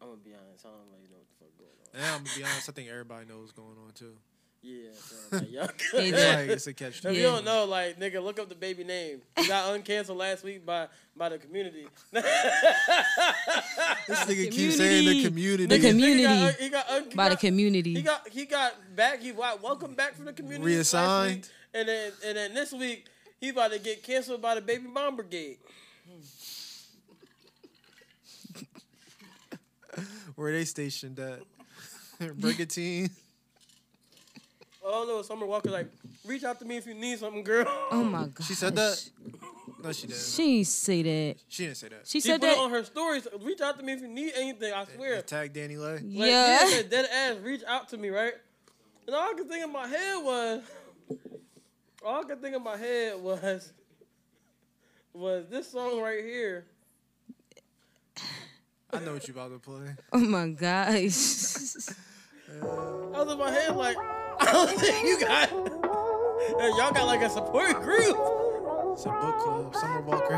S2: I'm gonna be honest. I don't really know what the fuck going on.
S3: And I'm gonna be honest, I think everybody knows what's going on too.
S2: Yeah, so like, y'all
S3: It's like, it's a catch.
S2: If you don't know, like nigga, look up the baby name. He got uncanceled last week by by the community.
S3: This nigga keeps saying the community.
S1: The
S2: He
S1: community.
S2: got, he got un- he
S1: by the
S2: got-
S1: community.
S2: He got he got back. He got welcome back from the community. last
S3: Reassigned.
S2: week. and then and then this week he about to get canceled by the baby bomb brigade.
S3: Where they stationed at? Brigantine.
S2: Oh no, Summer Walker like, reach out to me if you need something, girl.
S1: Oh my god.
S3: She said that? No, she didn't.
S1: She ain't say that.
S3: She didn't say that.
S1: She
S2: She
S1: said
S2: put
S1: that.
S2: it on her stories. Reach out to me if you need anything. I swear.
S3: Tag Danny Lay.
S2: Like,
S1: Yeah.
S2: yeah. that dead ass reach out to me, right? And all I could think in my head was, all I could think in my head was, was this song right here.
S3: I know what you about to play.
S1: Oh my gosh.
S2: I was in my head like, I don't think you got, Yo, y'all got like a support group.
S3: It's a book club, Summer Walker.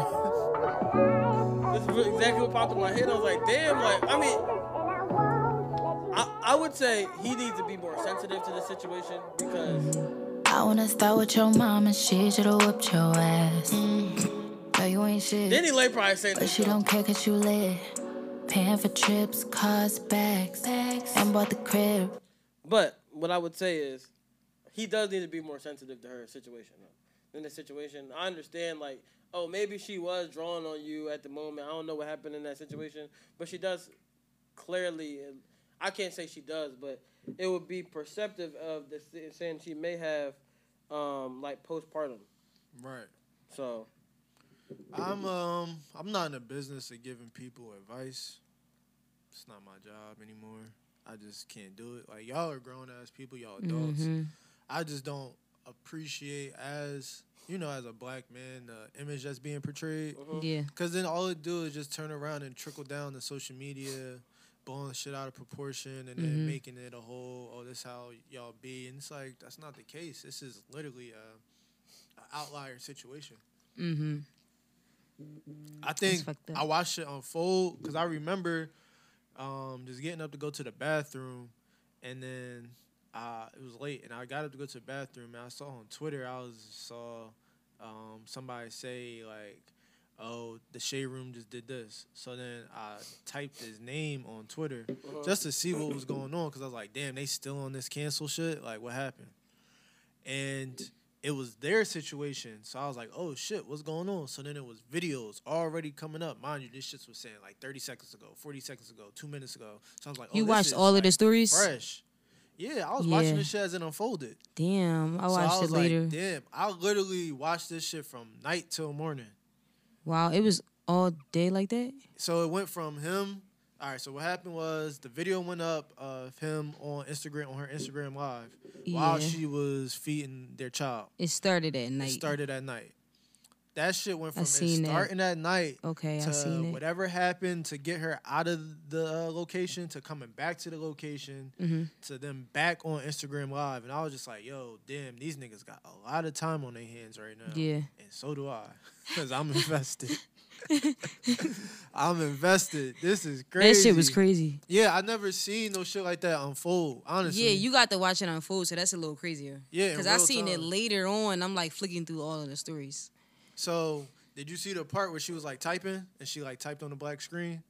S2: This is exactly what popped in my head. I was like, damn, like, I mean, I, I would say he needs to be more sensitive to the situation because
S15: I wanna start with your mom and she should've whipped your ass. Girl, you ain't shit.
S2: Danny Mm. Lay probably said
S15: But she don't care cause you lit. Paying for trips, cars, bags, and bought the crib.
S2: But what I would say is, he does need to be more sensitive to her situation. Though. In the situation, I understand like, oh, maybe she was drawing on you at the moment. I don't know what happened in that situation, but she does clearly. and I can't say she does, but it would be perceptive of the si- saying she may have, um, like postpartum.
S3: Right.
S2: So
S3: I'm um I'm not in the business of giving people advice. It's not my job anymore. I just can't do it. Like y'all are grown ass people, y'all adults.
S16: Mhm.
S3: I just don't appreciate as you know as a black man the image that's being portrayed.
S1: Yeah.
S3: Cause then all it do is just turn around and trickle down to social media, blowing shit out of proportion and
S1: Mhm.
S3: then making it a whole oh this how y'all be and it's like that's not the case. This is literally a, a outlier situation.
S1: Mm-hmm.
S3: Oh, I think I watched it unfold because I remember um, just getting up to go to the bathroom, and then uh, it was late, and I got up to go to the bathroom, and I saw on Twitter, I was saw um, somebody say like, "Oh, the shade room just did this." So then I typed his name on Twitter just to see what was going on because I was like, "Damn, they still on this cancel shit? Like, what happened?" and it was their situation. So I was like, oh shit, what's going on? So then it was videos already coming up. Mind you, this shit was saying like 30 seconds ago, 40 seconds ago, two minutes ago. So I was like, oh,
S1: You
S3: this
S1: watched
S3: is,
S1: all of the
S3: like,
S1: stories?
S3: Fresh. Yeah, I was watching
S1: Yeah.
S3: this shit as it unfolded.
S1: Damn, I
S3: So
S1: watched
S3: was
S1: it later.
S3: Like, Damn, I literally watched this shit from night till morning.
S1: wow, it was all day like that.
S3: So it went from him. All right. So what happened was the video went up of him on Instagram on her Instagram live
S1: Yeah.
S3: while she was feeding their child.
S1: It started at
S3: It
S1: night.
S3: started at night. that shit went from it
S1: seen that.
S3: starting that night
S1: Okay, I
S3: to
S1: seen it.
S3: whatever happened to get her out of the uh, location to coming back to the location
S1: Mhm.
S3: to them back on Instagram Live. And I was just like, yo, damn, these niggas got a lot of time on their hands right now.
S1: Yeah.
S3: And so do I because I'm invested. I'm invested. This is crazy.
S1: That shit was crazy.
S3: Yeah, I never seen no shit like that unfold, honestly.
S1: Yeah, you got to watch it unfold, so that's a little crazier.
S3: Yeah, in
S1: because I
S3: real
S1: seen it
S3: time.
S1: later on. I'm like flicking through all of the stories.
S3: So did you see the part where she was like typing and she like typed on the black screen,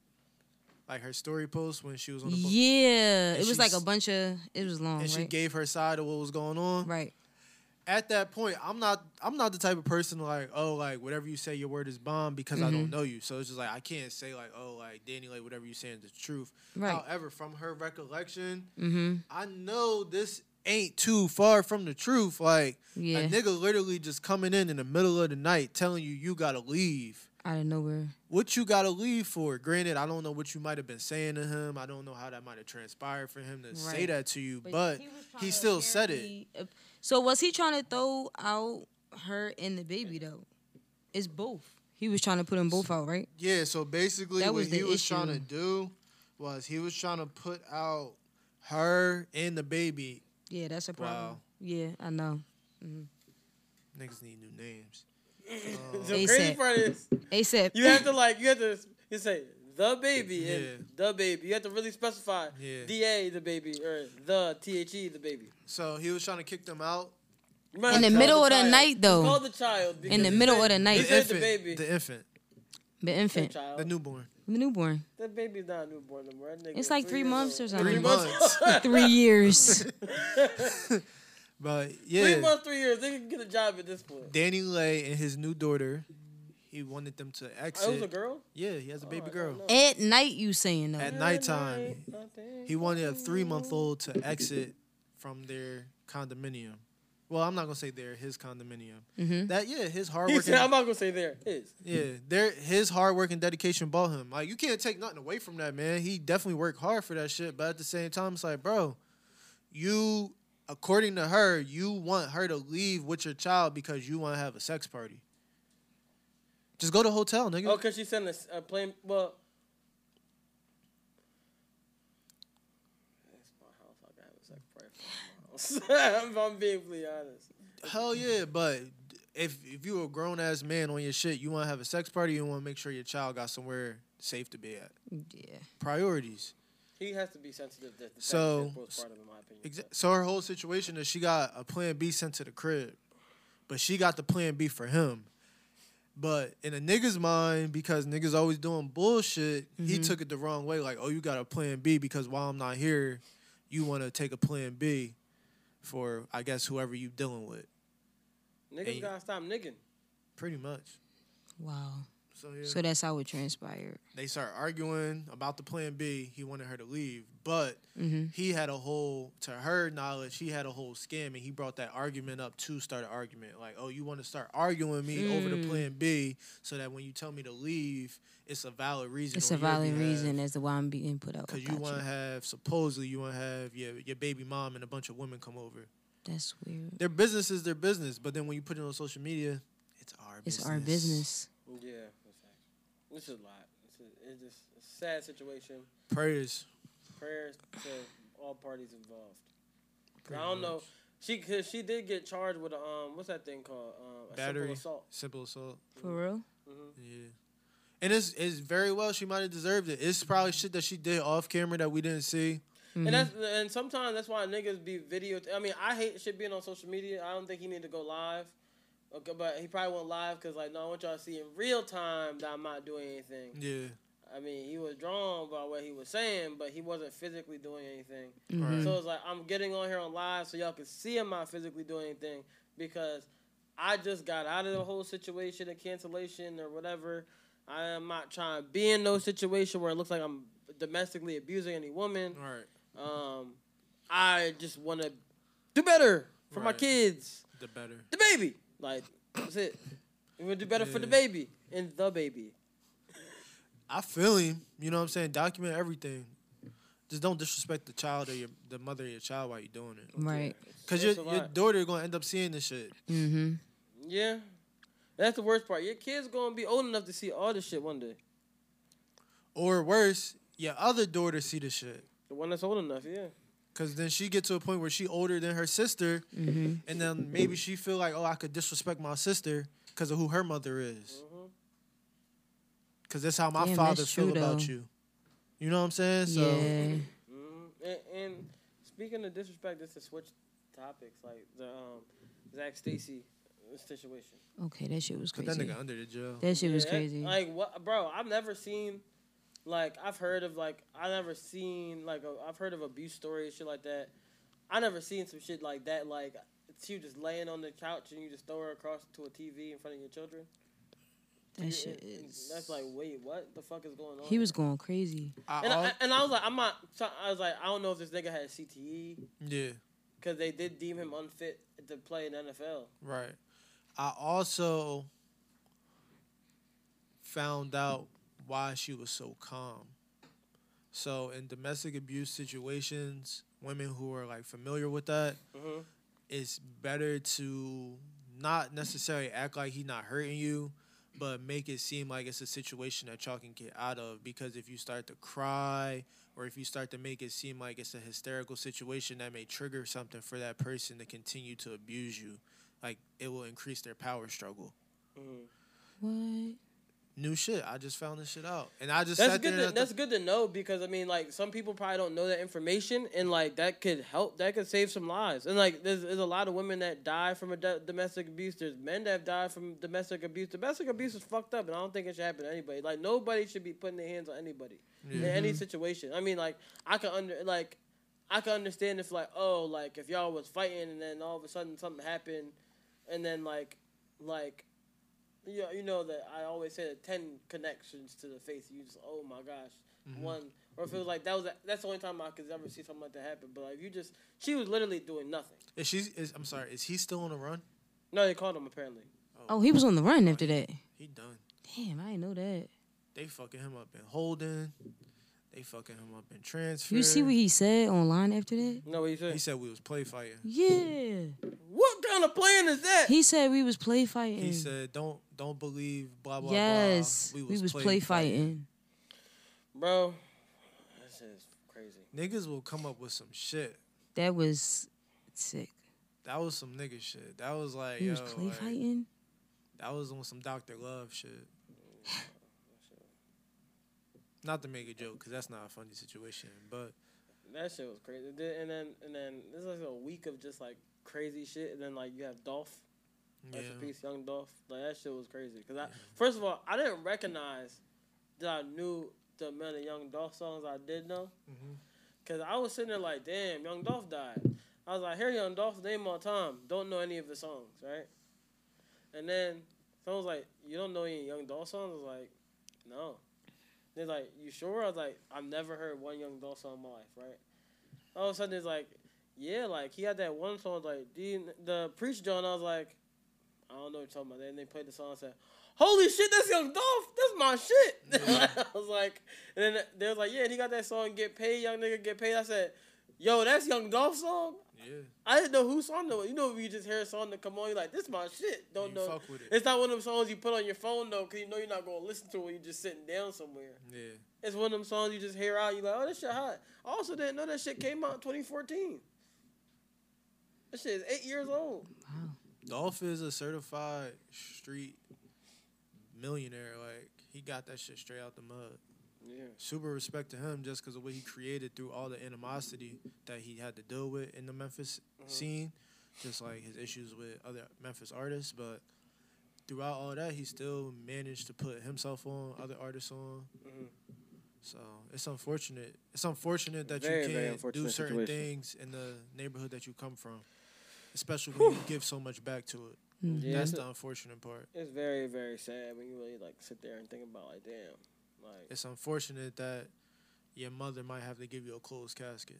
S3: like her story post when she was on the bo-
S1: Yeah,
S3: And
S1: it was
S3: she
S1: like a
S3: s-
S1: bunch of. It was long,
S3: and
S1: right?
S3: she gave her side of what was going on.
S1: Right.
S3: At that point, I'm not I'm not the type of person like oh like whatever you say your word is bond because I
S1: Mhm.
S3: don't know you so it's just like I can't say like oh like Danny like whatever you saying is the truth.
S1: Right.
S3: However, from her recollection,
S1: mm-hmm.
S3: I know this ain't too far from the truth. Like
S1: Yeah.
S3: a nigga literally just coming in in the middle of the night telling you you gotta leave.
S1: Out of nowhere.
S3: what you gotta leave for. Granted, I don't know what you might have been saying to him. I don't know how that might have transpired for him to say
S1: Right.
S3: that to you,
S1: But
S3: but,
S1: he
S3: he, still said it.
S1: So was he trying to throw out her and the baby though? It's both. He was trying to put them both out, right?
S3: Yeah, so basically
S1: That
S3: what
S1: was
S3: he
S1: the
S3: was trying to
S1: issue.
S3: do was he was trying to put out her and the baby.
S1: Yeah, that's a problem.
S3: Wow.
S1: Yeah, I know. Mhm.
S3: Niggas need new names.
S2: The crazy part is
S1: ASAP.
S2: you have to like you have to you say the baby and the baby. You have to really specify
S3: Yeah.
S2: da the baby or the E the the baby.
S3: So he was trying to kick them out.
S1: In the middle of the night, though.
S2: Call the child.
S1: In the
S2: because
S1: middle
S2: he
S1: of the
S2: said-
S1: night.
S2: He
S1: The
S2: said the
S1: infant.
S2: baby.
S3: The infant.
S1: The infant,
S2: The child.
S3: The newborn.
S1: the newborn.
S2: That baby's not a newborn no more. That nigga
S1: It's like three
S2: years
S1: months
S2: old.
S1: or something.
S3: Three months.
S1: three years.
S3: But yeah.
S2: Three months, three years. They can get a job at this point.
S3: Danny Lay and his new daughter, he wanted them to exit.
S2: Oh, it was a girl? Oh,
S3: Yeah, he has a baby girl.
S1: At night, you saying though.
S3: At nighttime, he wanted a three month old to exit from their condominium. Well, I'm not gonna say their his condominium.
S1: Mhm.
S3: That yeah, his hard
S2: He
S3: work.
S2: said, I'm not gonna say there. His.
S3: yeah, their his hard work and dedication bought him. Like you can't take nothing away from that man. He definitely worked hard for that shit. But at the same time, it's like, bro, you according to her, you want her to leave with your child because you want to have a sex party. Just go to a hotel, nigga.
S2: Oh, cause she sent us a plane. Well, that's my house. I got a sex party. if I'm being fully honest.
S3: Hell yeah, but if if you a grown ass man on your shit, you want to have a sex party, you want to make sure your child got somewhere safe to be at.
S1: Yeah.
S3: Priorities.
S2: He has to be sensitive to the fact
S3: So-
S2: that postpartum, in my opinion.
S3: Exa- So her whole situation is she got a plan B sent to the crib, but she got the plan B for him. But in a nigga's mind, because niggas always doing bullshit, he
S1: Mhm.
S3: took it the wrong way. Like, oh, you got a plan B because while I'm not here, you want to take a plan B for I guess whoever you dealing with.
S2: Niggas
S3: Hey.
S2: gotta stop nigging.
S3: Pretty much.
S1: Wow.
S3: So yeah.
S1: So that's how it transpired.
S3: they start arguing about the plan B. He wanted her to leave, but
S1: Mhm.
S3: he had a whole, to her knowledge, he had a whole scam, and he brought that argument up to start an argument. Like, oh, you want to start arguing me over the
S1: Mm.
S3: plan B, so that when you tell me to leave, it's a valid reason.
S1: It's a valid reason as to why I'm being put out.
S3: Because you
S1: Gotcha.
S3: want to have supposedly you want to have your your baby mom and a bunch of women come over.
S1: That's weird.
S3: Their business is their business, but then when you put it on social media, it's our
S1: It's
S3: business.
S1: our business.
S2: Yeah, that's fact. It's a lot. It's, a, it's just a sad situation.
S3: Prayers.
S2: Prayers to all parties involved. 'Cause
S3: Pretty
S2: I don't know.
S3: much.
S2: She cause she did get charged with a, um what's that thing called um a
S3: Battery.
S2: simple assault.
S3: Simple assault.
S1: For real?
S3: Yeah. And it's, it's very well she might have deserved it. It's probably shit that she did off camera that we didn't see.
S2: And that's and sometimes that's why niggas be video. I mean, I hate shit being on social media. I don't think he need to go live. Okay, but he probably went live because like, no, I want y'all to see in real time that I'm not doing anything.
S3: Yeah.
S2: I mean, he was drawn by what he was saying, but he wasn't physically doing anything.
S3: Right.
S2: So it's like I'm getting on here on live so y'all can see I'm not physically doing anything because I just got out of the whole situation of cancellation or whatever. I am not trying to be in no situation where it looks like I'm domestically abusing any woman.
S3: Right.
S2: Um, I just want to do better for my
S3: Right.
S2: kids,
S3: The better.
S2: the baby. Like that's it. We want to do better for the baby and the baby.
S3: I feel him. You know what I'm saying? Document everything. Just don't disrespect the child or your, the mother of your child while you're doing it.
S1: Right.
S3: Because your,
S2: That's a
S3: your
S2: lot.
S3: daughter going to end up seeing this shit.
S1: Mm-hmm.
S2: Yeah. That's the worst part. Your kids gonna be old enough to see all this shit one day.
S3: Or worse, your other daughter see the shit.
S2: The one that's old enough, yeah.
S3: Cause then she get to a point where she older than her sister,
S2: Mm-hmm.
S3: and then maybe she feel like, oh, I could disrespect my sister because of who her mother is. Cause that's how my
S2: Mm-hmm. Damn,
S3: father
S2: that's
S3: feel
S2: true,
S3: about
S2: though.
S3: you. You know what I'm saying? So
S2: Yeah. And, and speaking of disrespect, just to switch topics, like the um, Zach Stacy situation.
S1: Okay, that shit was
S3: Put
S1: crazy.
S3: that nigga under the jail.
S1: That shit was
S2: Yeah,
S1: crazy.
S2: Like what, bro? I've never seen, like I've heard of like I never seen like a, I've heard of abuse stories shit like that. I never seen some shit like that. Like she was just laying on the couch and you just throw her across to a TV in front of your children.
S1: That shit
S2: is. That's like wait, what the fuck is going on?
S1: he was going crazy.
S2: and, I, and I was like, I'm not. so I was like, I don't know if this nigga had CTE
S3: yeah,
S2: because they did deem him unfit to play in NFL.
S3: right. I also found out why she was so calm. So in domestic abuse situations, women who are like familiar with that, it's better to not necessarily act like he's not hurting you, but make it seem like it's a situation that y'all can get out of. Because if you start to cry or if you start to make it seem like it's a hysterical situation, that may trigger something for that person to continue to abuse you. Like it will increase their power struggle. Oh.
S1: What?
S3: New shit. I just found this shit out, and I just
S2: that's
S3: sat
S2: good.
S3: there and
S2: To,
S3: I
S2: that's good to know because I mean, like some people probably don't know that information, and like that could help. That could save some lives. And like, there's, there's a lot of women that die from a do- domestic abuse. There's men that have died from domestic abuse. Domestic abuse is fucked up, and I don't think it should happen to anybody. Like nobody should be putting their hands on anybody in any
S3: Mm-hmm.
S16: Mhm.
S2: situation. I mean, like I can under like I can understand if like oh like if y'all was fighting and then all of a sudden something happened, and then like like you know, you know that I always say the ten connections to the face. You just, oh my gosh,
S16: Mhm.
S2: one. Or if it was like that was that's the only time I could ever see something like that happen. But like you just, she was literally doing nothing.
S3: Is she? Is, I'm sorry. Is he still on the run?
S2: No, they called him apparently.
S1: Oh, he was on the run after that.
S3: He done.
S1: Damn, I didn't know that.
S3: They fucking him up in Holden. They fucking him up in transfer.
S1: You see what he said online after that?
S2: No, what he said.
S3: He said we was play fighting.
S1: Yeah.
S2: What kind of plan is that?
S1: He said we was play fighting.
S3: He said don't don't believe blah blah
S1: yes,
S3: blah.
S1: we was, play fighting.
S2: bro. This is crazy.
S3: Niggas will come up with some shit.
S1: That was sick.
S3: That was some nigga shit. That was like
S1: We
S3: yo.
S1: was play
S3: like,
S1: fighting.
S3: That was on some Doctor Love shit. Not to make a joke, cause that's not a funny situation. But
S2: That shit was crazy. Then- And then and then this is like a week of just like crazy shit. And then like you have Dolph, rest in
S3: Yeah.
S2: peace, young Dolph. Like that shit was crazy. Cause I first of all I didn't recognize that I knew the amount of young Dolph songs I did know. Cause I was sitting there like, damn, young Dolph died. I was like, I hear young Dolph's name all the time. Don't know any of his songs, right? And then someone was like, you don't know any young Dolph songs? I was like, no. They're like, you sure? I was like, I've never heard one Young Dolph song in my life, right? All of a sudden, it's like, yeah, like he had that one song, like the the preach John. I was like, I don't know what you're talking about. Then they played the song and said, Holy shit, that's Young Dolph. That's my shit. I was like, and then they was like, yeah, and he got that song, Get Paid, Young Nigga Get Paid. I said, yo, that's Young Dolph song?
S3: yeah,
S2: I didn't know whose song that was. You know, when you just hear a song that come on, you're like, this my shit. Don't know.
S3: fuck with it.
S2: It's not one of them songs you put on your phone, though, because you know you're not going to listen to it when you're just sitting down somewhere.
S3: yeah.
S2: It's one of them songs you just hear out. You like, oh, this shit hot. I also didn't know that shit came out in 2014. That shit is eight years old.
S3: Dolph is a certified street millionaire. Like he got that shit straight out the mud.
S2: Yeah.
S3: Super respect to him just because of what he created through all the animosity that he had to deal with in the Memphis
S2: Uh-huh.
S3: scene, just like his issues with other Memphis artists. But throughout all that, he still managed to put himself on, other artists on.
S2: Mm-hmm.
S3: So it's unfortunate. It's unfortunate that
S2: Very,
S3: you
S2: very
S3: can't do
S2: unfortunate
S3: certain
S2: situation.
S3: things in the neighborhood that you come from, especially when you give so much back to it.
S2: Mhm. Yeah,
S3: That's
S2: it's a-
S3: the unfortunate part.
S2: It's very, very sad when you really like sit there and think about like, damn, like
S3: It's unfortunate that your mother might have to give you a closed casket.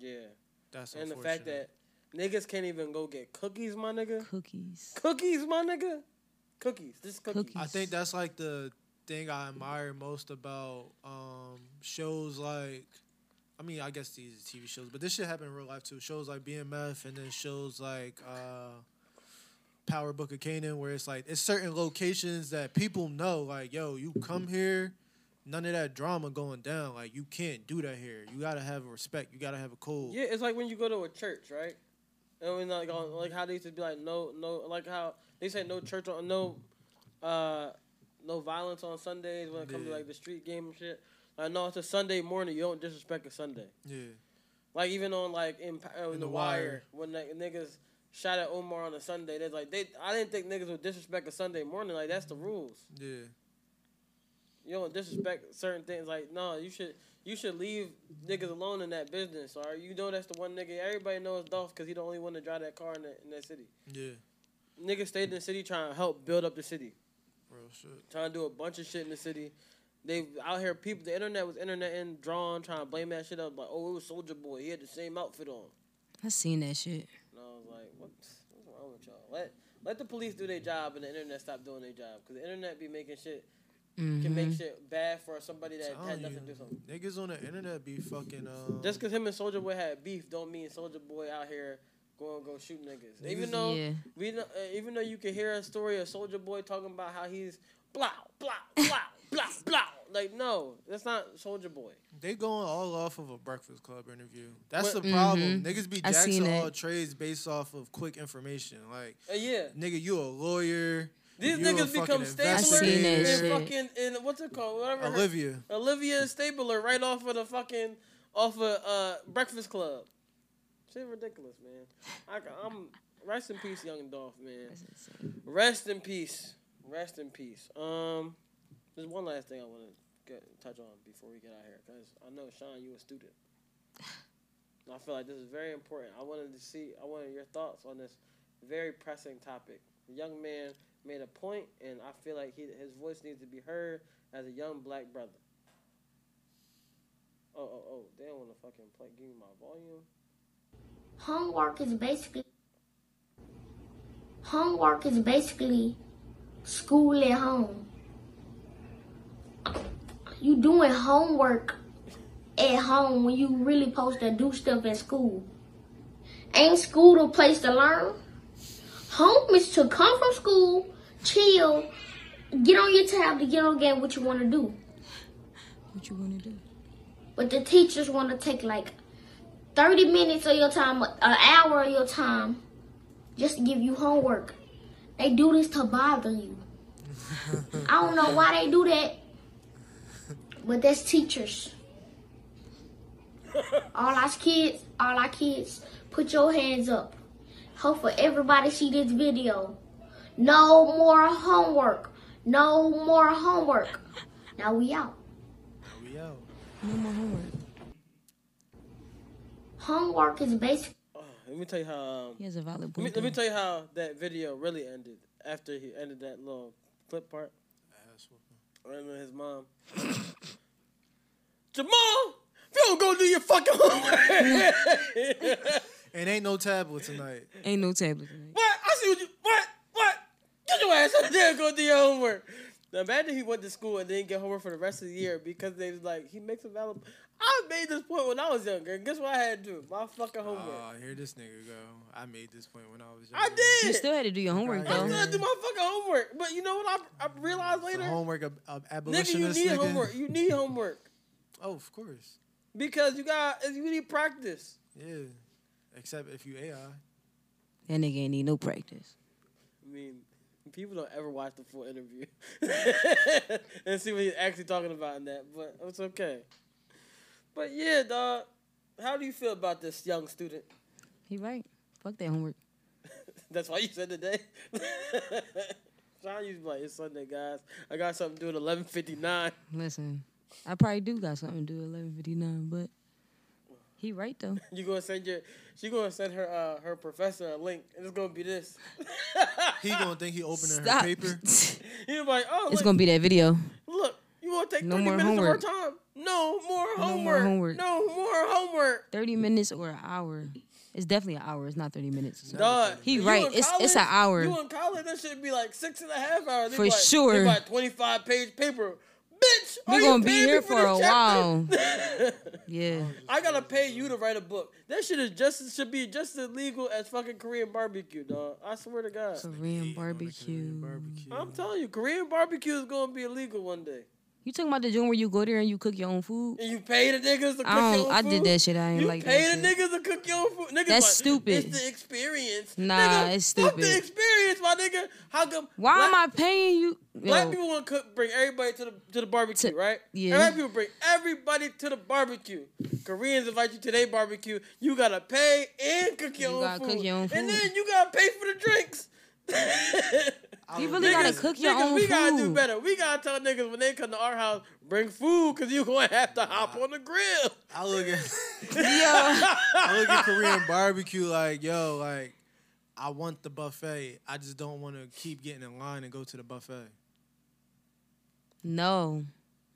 S2: yeah.
S3: That's
S2: and the fact that
S3: unfortunate.
S2: niggas can't even go get cookies, my nigga.
S1: Cookies.
S2: Cookies, my nigga. Cookies. This is cookies.
S3: I think that's like the thing I admire most about um, shows like, I mean, I guess these are TV shows, but this shit happened in real life too. Shows like BMF and then shows like, uh, Power Book of Canaan, where it's like it's certain locations that people know, like, yo, you come here, none of that drama going down. Like, you can't do that here. You gotta have a respect. You gotta have a code.
S2: Yeah, it's like when you go to a church, right? And when, like on, like how they used to be like no no like how they say no church on no uh no violence on Sundays when it comes to
S3: Yeah.
S2: like the street game and shit. Like no, it's a Sunday morning. You don't disrespect a Sunday.
S3: Yeah.
S2: Like even on like in, Pa- uh,
S3: In
S2: the,
S3: The
S2: wire,
S3: Wire.
S2: when like, niggas shot at Omar on a Sunday, they like they. I didn't think niggas would disrespect a Sunday morning. Like that's the rules.
S3: Yeah.
S2: You don't disrespect certain things. Like no, you should you should leave niggas alone in that business. Or you know that's the one nigga everybody knows Dolph because he the only one to drive that car in that, in that city.
S3: Yeah.
S2: Niggas stayed in the city trying to help build up the city,
S3: Real shit.
S2: trying to do a bunch of shit in the city. They out here people. The internet was internet and drawn trying to blame that shit up. Like oh, it was Soldier Boy. He had the same outfit on.
S1: I seen that shit.
S2: And I was like, what, what's wrong with y'all? Let let the police do their job and the internet stop doing their job because the internet be making shit can make
S3: Mhm.
S2: shit bad for somebody that
S3: Telling
S2: had nothing to
S3: you,
S2: do something.
S3: Niggas on the internet be fucking. Um,
S2: Just because him and Soldier Boy had beef, don't mean Soldier Boy out here going go shoot niggas. Even
S3: Niggas-
S2: though
S3: Yeah.
S2: we know, uh, even though you can hear a story of Soldier Boy talking about how he's blah blah blah blah blah. Like no, that's not Soldier Boy.
S3: They going all off of a Breakfast Club interview. That's
S2: What-
S3: the problem.
S2: Mhm.
S3: Niggas be
S2: I seen
S3: jacking all
S2: that.
S3: trades based off of quick information. Like,
S2: Uh, yeah.
S3: nigga, you a lawyer.
S2: These
S3: you a
S2: niggas
S3: fucking
S2: become stapler
S3: investigator.
S2: in fucking in what's it called? Whatever. her-
S3: Olivia.
S2: Olivia Stabler right off of the fucking off of uh, Breakfast Club. Shit ridiculous, man. I, I'm rest in peace, Young Dolph, man. Rest in peace. Rest in peace. Um, there's one last thing I want to touch on before we get out of here, cause I know Sean, you a student. And I feel like this is very important. I wanted to see, I wanted your thoughts on this very pressing topic. The young man made a point, and I feel like he, his voice needs to be heard as a young black brother. Oh, oh, oh, they don't want to fucking play. Give me my volume.
S16: Homework is basically homework is basically school at home. You doing homework at home when you really supposed to do stuff at school. Ain't school the place to learn? Home is to come from school, chill, get on your tablet, get on game what you want to do.
S1: What you want to do?
S16: But the teachers want to take like 30 minutes of your time, an hour of your time, just to give you homework. They do this to bother you. I don't know why they do that, but that's teachers. All our kids, all our kids, put your hands up. Hopefully everybody see this video. No more homework. No more homework. Now we out.
S3: We out.
S1: No more homework.
S16: Homework is basically
S2: Let me tell you how. Um,
S1: He has a valid
S2: let me,
S1: point.
S2: let me
S1: though.
S2: tell you how that video really ended after he ended that little clip part. I remember his mom. Jamal, if you don't go do your fucking homework.
S3: And ain't no tablet tonight.
S1: Ain't no tablet. tonight.
S2: what? I see what you. What? What? Get your ass out there and go do your homework. Now imagine he went to school and didn't get homework for the rest of the year because they was like he makes a valid. I made this point when I was younger. and Guess what I had to do? My fucking
S3: Oh,
S2: homework.
S1: Ah.
S3: here this nigga go. I made this point when I was young.
S2: I did.
S1: You still had to do your homework
S2: I
S1: though.
S2: still do my fucking homework. But you know what I, I realized later?
S3: Homework ab- ab-
S2: Nigga, you
S3: abolitionist.
S2: need homework. You need homework.
S3: Oh, of course.
S2: Because you got you need practice.
S3: Yeah. Except if you AI.
S1: That nigga ain't need no practice.
S2: I mean, people don't ever watch the full interview and see what he's actually talking about in that, but it's okay. But yeah, dog. How do you feel about this young student?
S1: He right. Fuck that homework.
S2: That's why you said today. Sean used to be like, it's Sunday, guys. I got something to do at eleven fifty nine.
S1: Listen, I probably do got something to do at eleven fifty nine, but he right though.
S2: You gonna send your she gonna send her uh, her professor a link and it's gonna be this.
S3: He
S2: Ah.
S3: gonna think he opening
S1: Stop.
S3: her paper.
S2: He's like, oh
S1: It's
S2: look,
S1: gonna be that video.
S2: Look, you wanna take
S1: No
S2: thirty
S1: more
S2: minutes
S1: homework.
S2: of our time? No more
S1: No
S2: homework.
S1: more homework.
S2: No more homework.
S1: Thirty minutes or an hour. It's definitely an hour. It's not thirty minutes.
S2: Dog,
S1: he
S2: you
S1: right.
S2: in
S1: It's it's an
S2: college-
S1: hour.
S2: You in college, that should be like six and a half hours. They
S1: For
S2: be like,
S1: sure.
S2: They like twenty five page paper. bitch. are
S1: We're
S2: you
S1: gonna be
S2: paying me
S1: here
S2: for
S1: for
S2: this
S1: a while.
S2: chapter?
S1: Yeah.
S2: I gotta pay you to write a book. That shit is just should be just as legal as fucking Korean barbecue, dog. I swear to God.
S1: Korean barbecue.
S2: I'm telling you, Korean barbecue is gonna be illegal one day.
S1: You talking about the joint where you go there and you cook your own food?
S2: And you pay the niggas to cook
S1: I
S2: your
S1: don't.
S2: own
S1: I
S2: food?
S1: did that shit. I ain't
S2: You
S1: like
S2: pay
S1: that.
S2: the niggas to cook your own food. Niggas
S1: That's
S2: like,
S1: stupid.
S2: It's the experience.
S1: Nah,
S2: Nigga,
S1: it's
S2: fuck the
S1: stupid.
S2: experience, my nigga. How come?
S1: Why
S2: black-
S1: am I paying you?
S2: Black
S1: Yo,
S2: people want to cook, bring everybody to the to the barbecue, right?
S1: yeah.
S2: Black people bring everybody to the barbecue. Koreans invite you to their barbecue. You gotta pay and cook your,
S1: You
S2: own,
S1: gotta
S2: food.
S1: cook your own
S2: and
S1: food.
S2: then you gotta pay for the drinks.
S1: You really gotta cook your
S2: niggas,
S1: own
S2: We gotta do
S1: food.
S2: better. We gotta tell niggas when they come to our house, bring food, cause you gonna have to hop on the grill.
S3: I look at
S1: Yeah.
S3: I look at Korean barbecue like, yo, like, I want the buffet. I just don't want to keep getting in line and go to the buffet.
S1: no.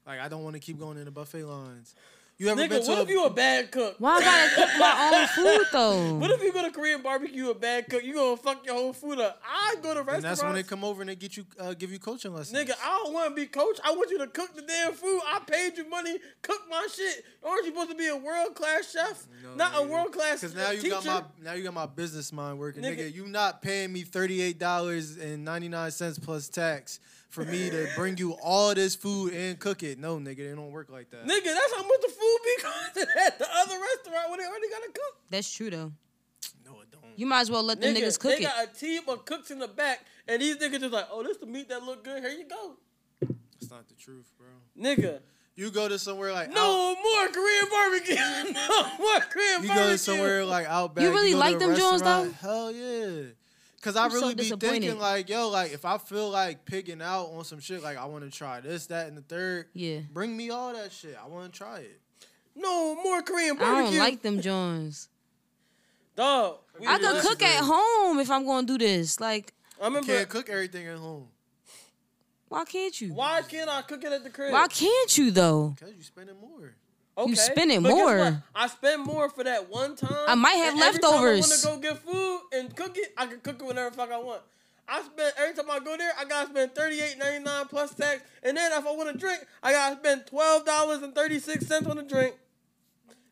S3: Like, I don't want to keep going in the buffet lines. You ever been
S2: Nigga,
S3: to
S2: what
S3: a,
S2: if you a bad cook?
S1: Why I gotta cook my own food though?
S2: What if you go to Korean barbecue, you a bad cook? You gonna fuck your whole food up. I go to
S3: And
S2: restaurants.
S3: that's when they come over and they get you, uh, give you coaching lessons.
S2: Nigga, I don't want to be coach. I want you to cook the damn food. I paid you money. Cook my shit. Aren't you supposed to be a world class chef? Not a world class.
S3: Because now you
S2: teacher.
S3: got my now you got my business mind working, nigga.
S2: Nigga.
S3: You not paying me thirty eight dollars and ninety nine cents plus tax for me to bring you all this food and cook it. No, nigga, it don't work like that.
S2: Nigga, that's how much the food be costing at the other restaurant when they already gotta cook.
S1: That's true though. No, it don't. You might as well let them
S2: Nigga,
S1: niggas cook it.
S2: they got a team of cooks in the back, and these niggas just like, oh, this the meat that look good. Here you go,
S3: That's not the truth, bro.
S2: nigga.
S3: You go to somewhere like
S2: No more Korean barbecue. no more Korean
S3: out, you
S2: barbecue.
S3: go to somewhere like Outback.
S1: really
S3: go to
S1: like
S3: a
S1: them joints, though?
S3: restaurant, Hell yeah. Cause I
S1: I'm so
S3: really be thinking
S1: disappointed.
S3: like, yo, like if I feel like picking out on some shit, like I want to try this, that, and the third.
S1: Yeah.
S3: Bring me all that shit. I want to try it.
S2: no more Korean
S1: I
S2: barbecue.
S1: don't like them joints.
S2: Dog, we
S1: I could
S2: love-
S1: cook at home if I'm gonna do this. Like,
S2: I remember.
S3: Can't cook everything at home.
S1: why can't you?
S2: Why can't I cook it at the crib?
S1: Why can't you though?
S3: Cause you spending more.
S2: Okay.
S1: spending
S2: but guess
S1: more.
S2: what? I spend more for that one time.
S1: I might have
S2: and every
S1: leftovers.
S2: Time I want to go get food and cook it. I can cook it whenever the fuck I want. I spend every time I go there, I gotta spend thirty eight ninety nine plus tax, and then if I want to drink, I gotta spend twelve dollars and thirty six cents on a drink.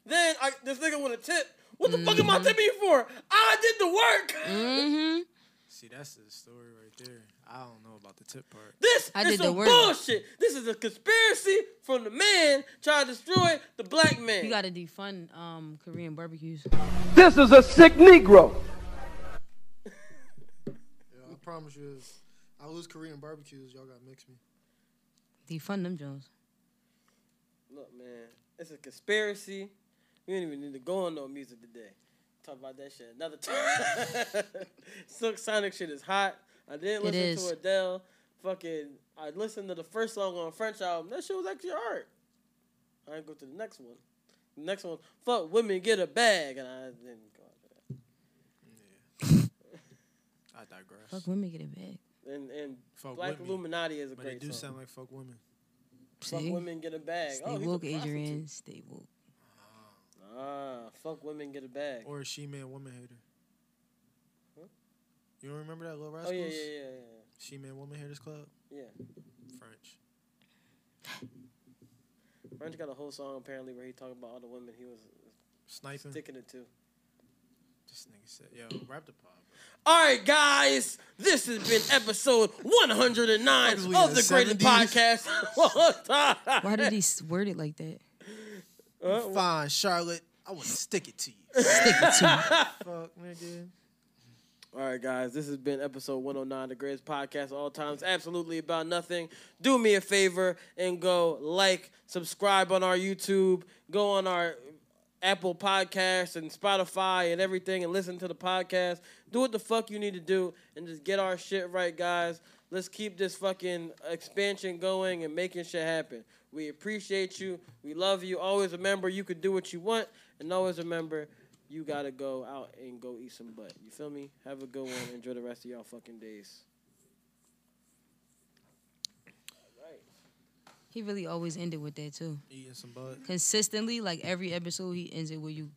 S2: Then I, this nigga want a tip. What
S1: Mm.
S2: the fuck am I tipping you for? I did the work.
S1: Mm-hmm.
S3: See, that's the story right there. I don't know about the tip part.
S2: This
S1: I
S2: is
S1: did the
S2: some
S1: work.
S2: bullshit. This is a conspiracy from the man trying to destroy the black man.
S1: You gotta defund um Korean barbecues.
S6: This is a sick Negro.
S3: Yeah, I promise you, if I lose Korean barbecues, y'all gotta mix me.
S1: Defund them joints.
S2: Look, man, it's a conspiracy. We don't even need to go on no music today. Talk about that shit another time. Silk Sonic shit is hot. I didn't
S1: It
S2: listen
S1: is.
S2: to Adele. Fucking, I listened to the first song on French album. That shit was actually alright. I didn't go to the next one. The next one, fuck women, get a bag, and I didn't go after
S3: I digress.
S1: Fuck women get it back.
S2: that. And and
S3: Fuck
S2: Black
S3: women.
S2: Illuminati is a
S3: But
S2: great
S3: it do
S2: song.
S3: sound like fuck women.
S2: fuck
S1: See?
S2: women, get a bag.
S1: Stay
S2: Oh, he's a
S1: woke,
S2: prostitute.
S1: Adrian. Stay woke.
S2: Ah, fuck women, get a bag.
S3: Or a she man woman hater.
S2: Huh?
S3: You don't remember that Little
S2: Oh
S3: Rascals?
S2: yeah, yeah, yeah, yeah.
S3: She man woman haters club.
S2: Yeah.
S3: French.
S2: French got a whole song apparently where he talking about all the women he was
S3: Sniping.
S2: sticking it to.
S3: This nigga said, yo, rap the pod.
S2: All right, guys, this has been episode 109 of
S3: Fuckers, we in
S2: the
S3: the
S2: Greatest
S3: 70s.
S2: Podcast. of all time.
S1: Why did he s- word it like that?
S2: Uh, wh-
S3: Fine, Charlotte. I want to stick it to you.
S1: Stick it to me.
S3: Fuck, nigga.
S2: All right, guys, this has been episode 109 of the Greatest Podcast of all times. Absolutely about nothing. Do me a favor and go like, subscribe on our YouTube, go on our Apple Podcasts and Spotify and everything and listen to the podcast. Do what the fuck you need to do and just get our shit right, guys. Let's keep this fucking expansion going and making shit happen. We appreciate you. We love you. Always remember you can do what you want and always remember you gotta go out and go eat some butt. You feel me? Have a good one. Enjoy the rest of y'all fucking days.
S1: He really always ended with that too.
S3: Eating some butt.
S1: Consistently, like every episode, he ends it with you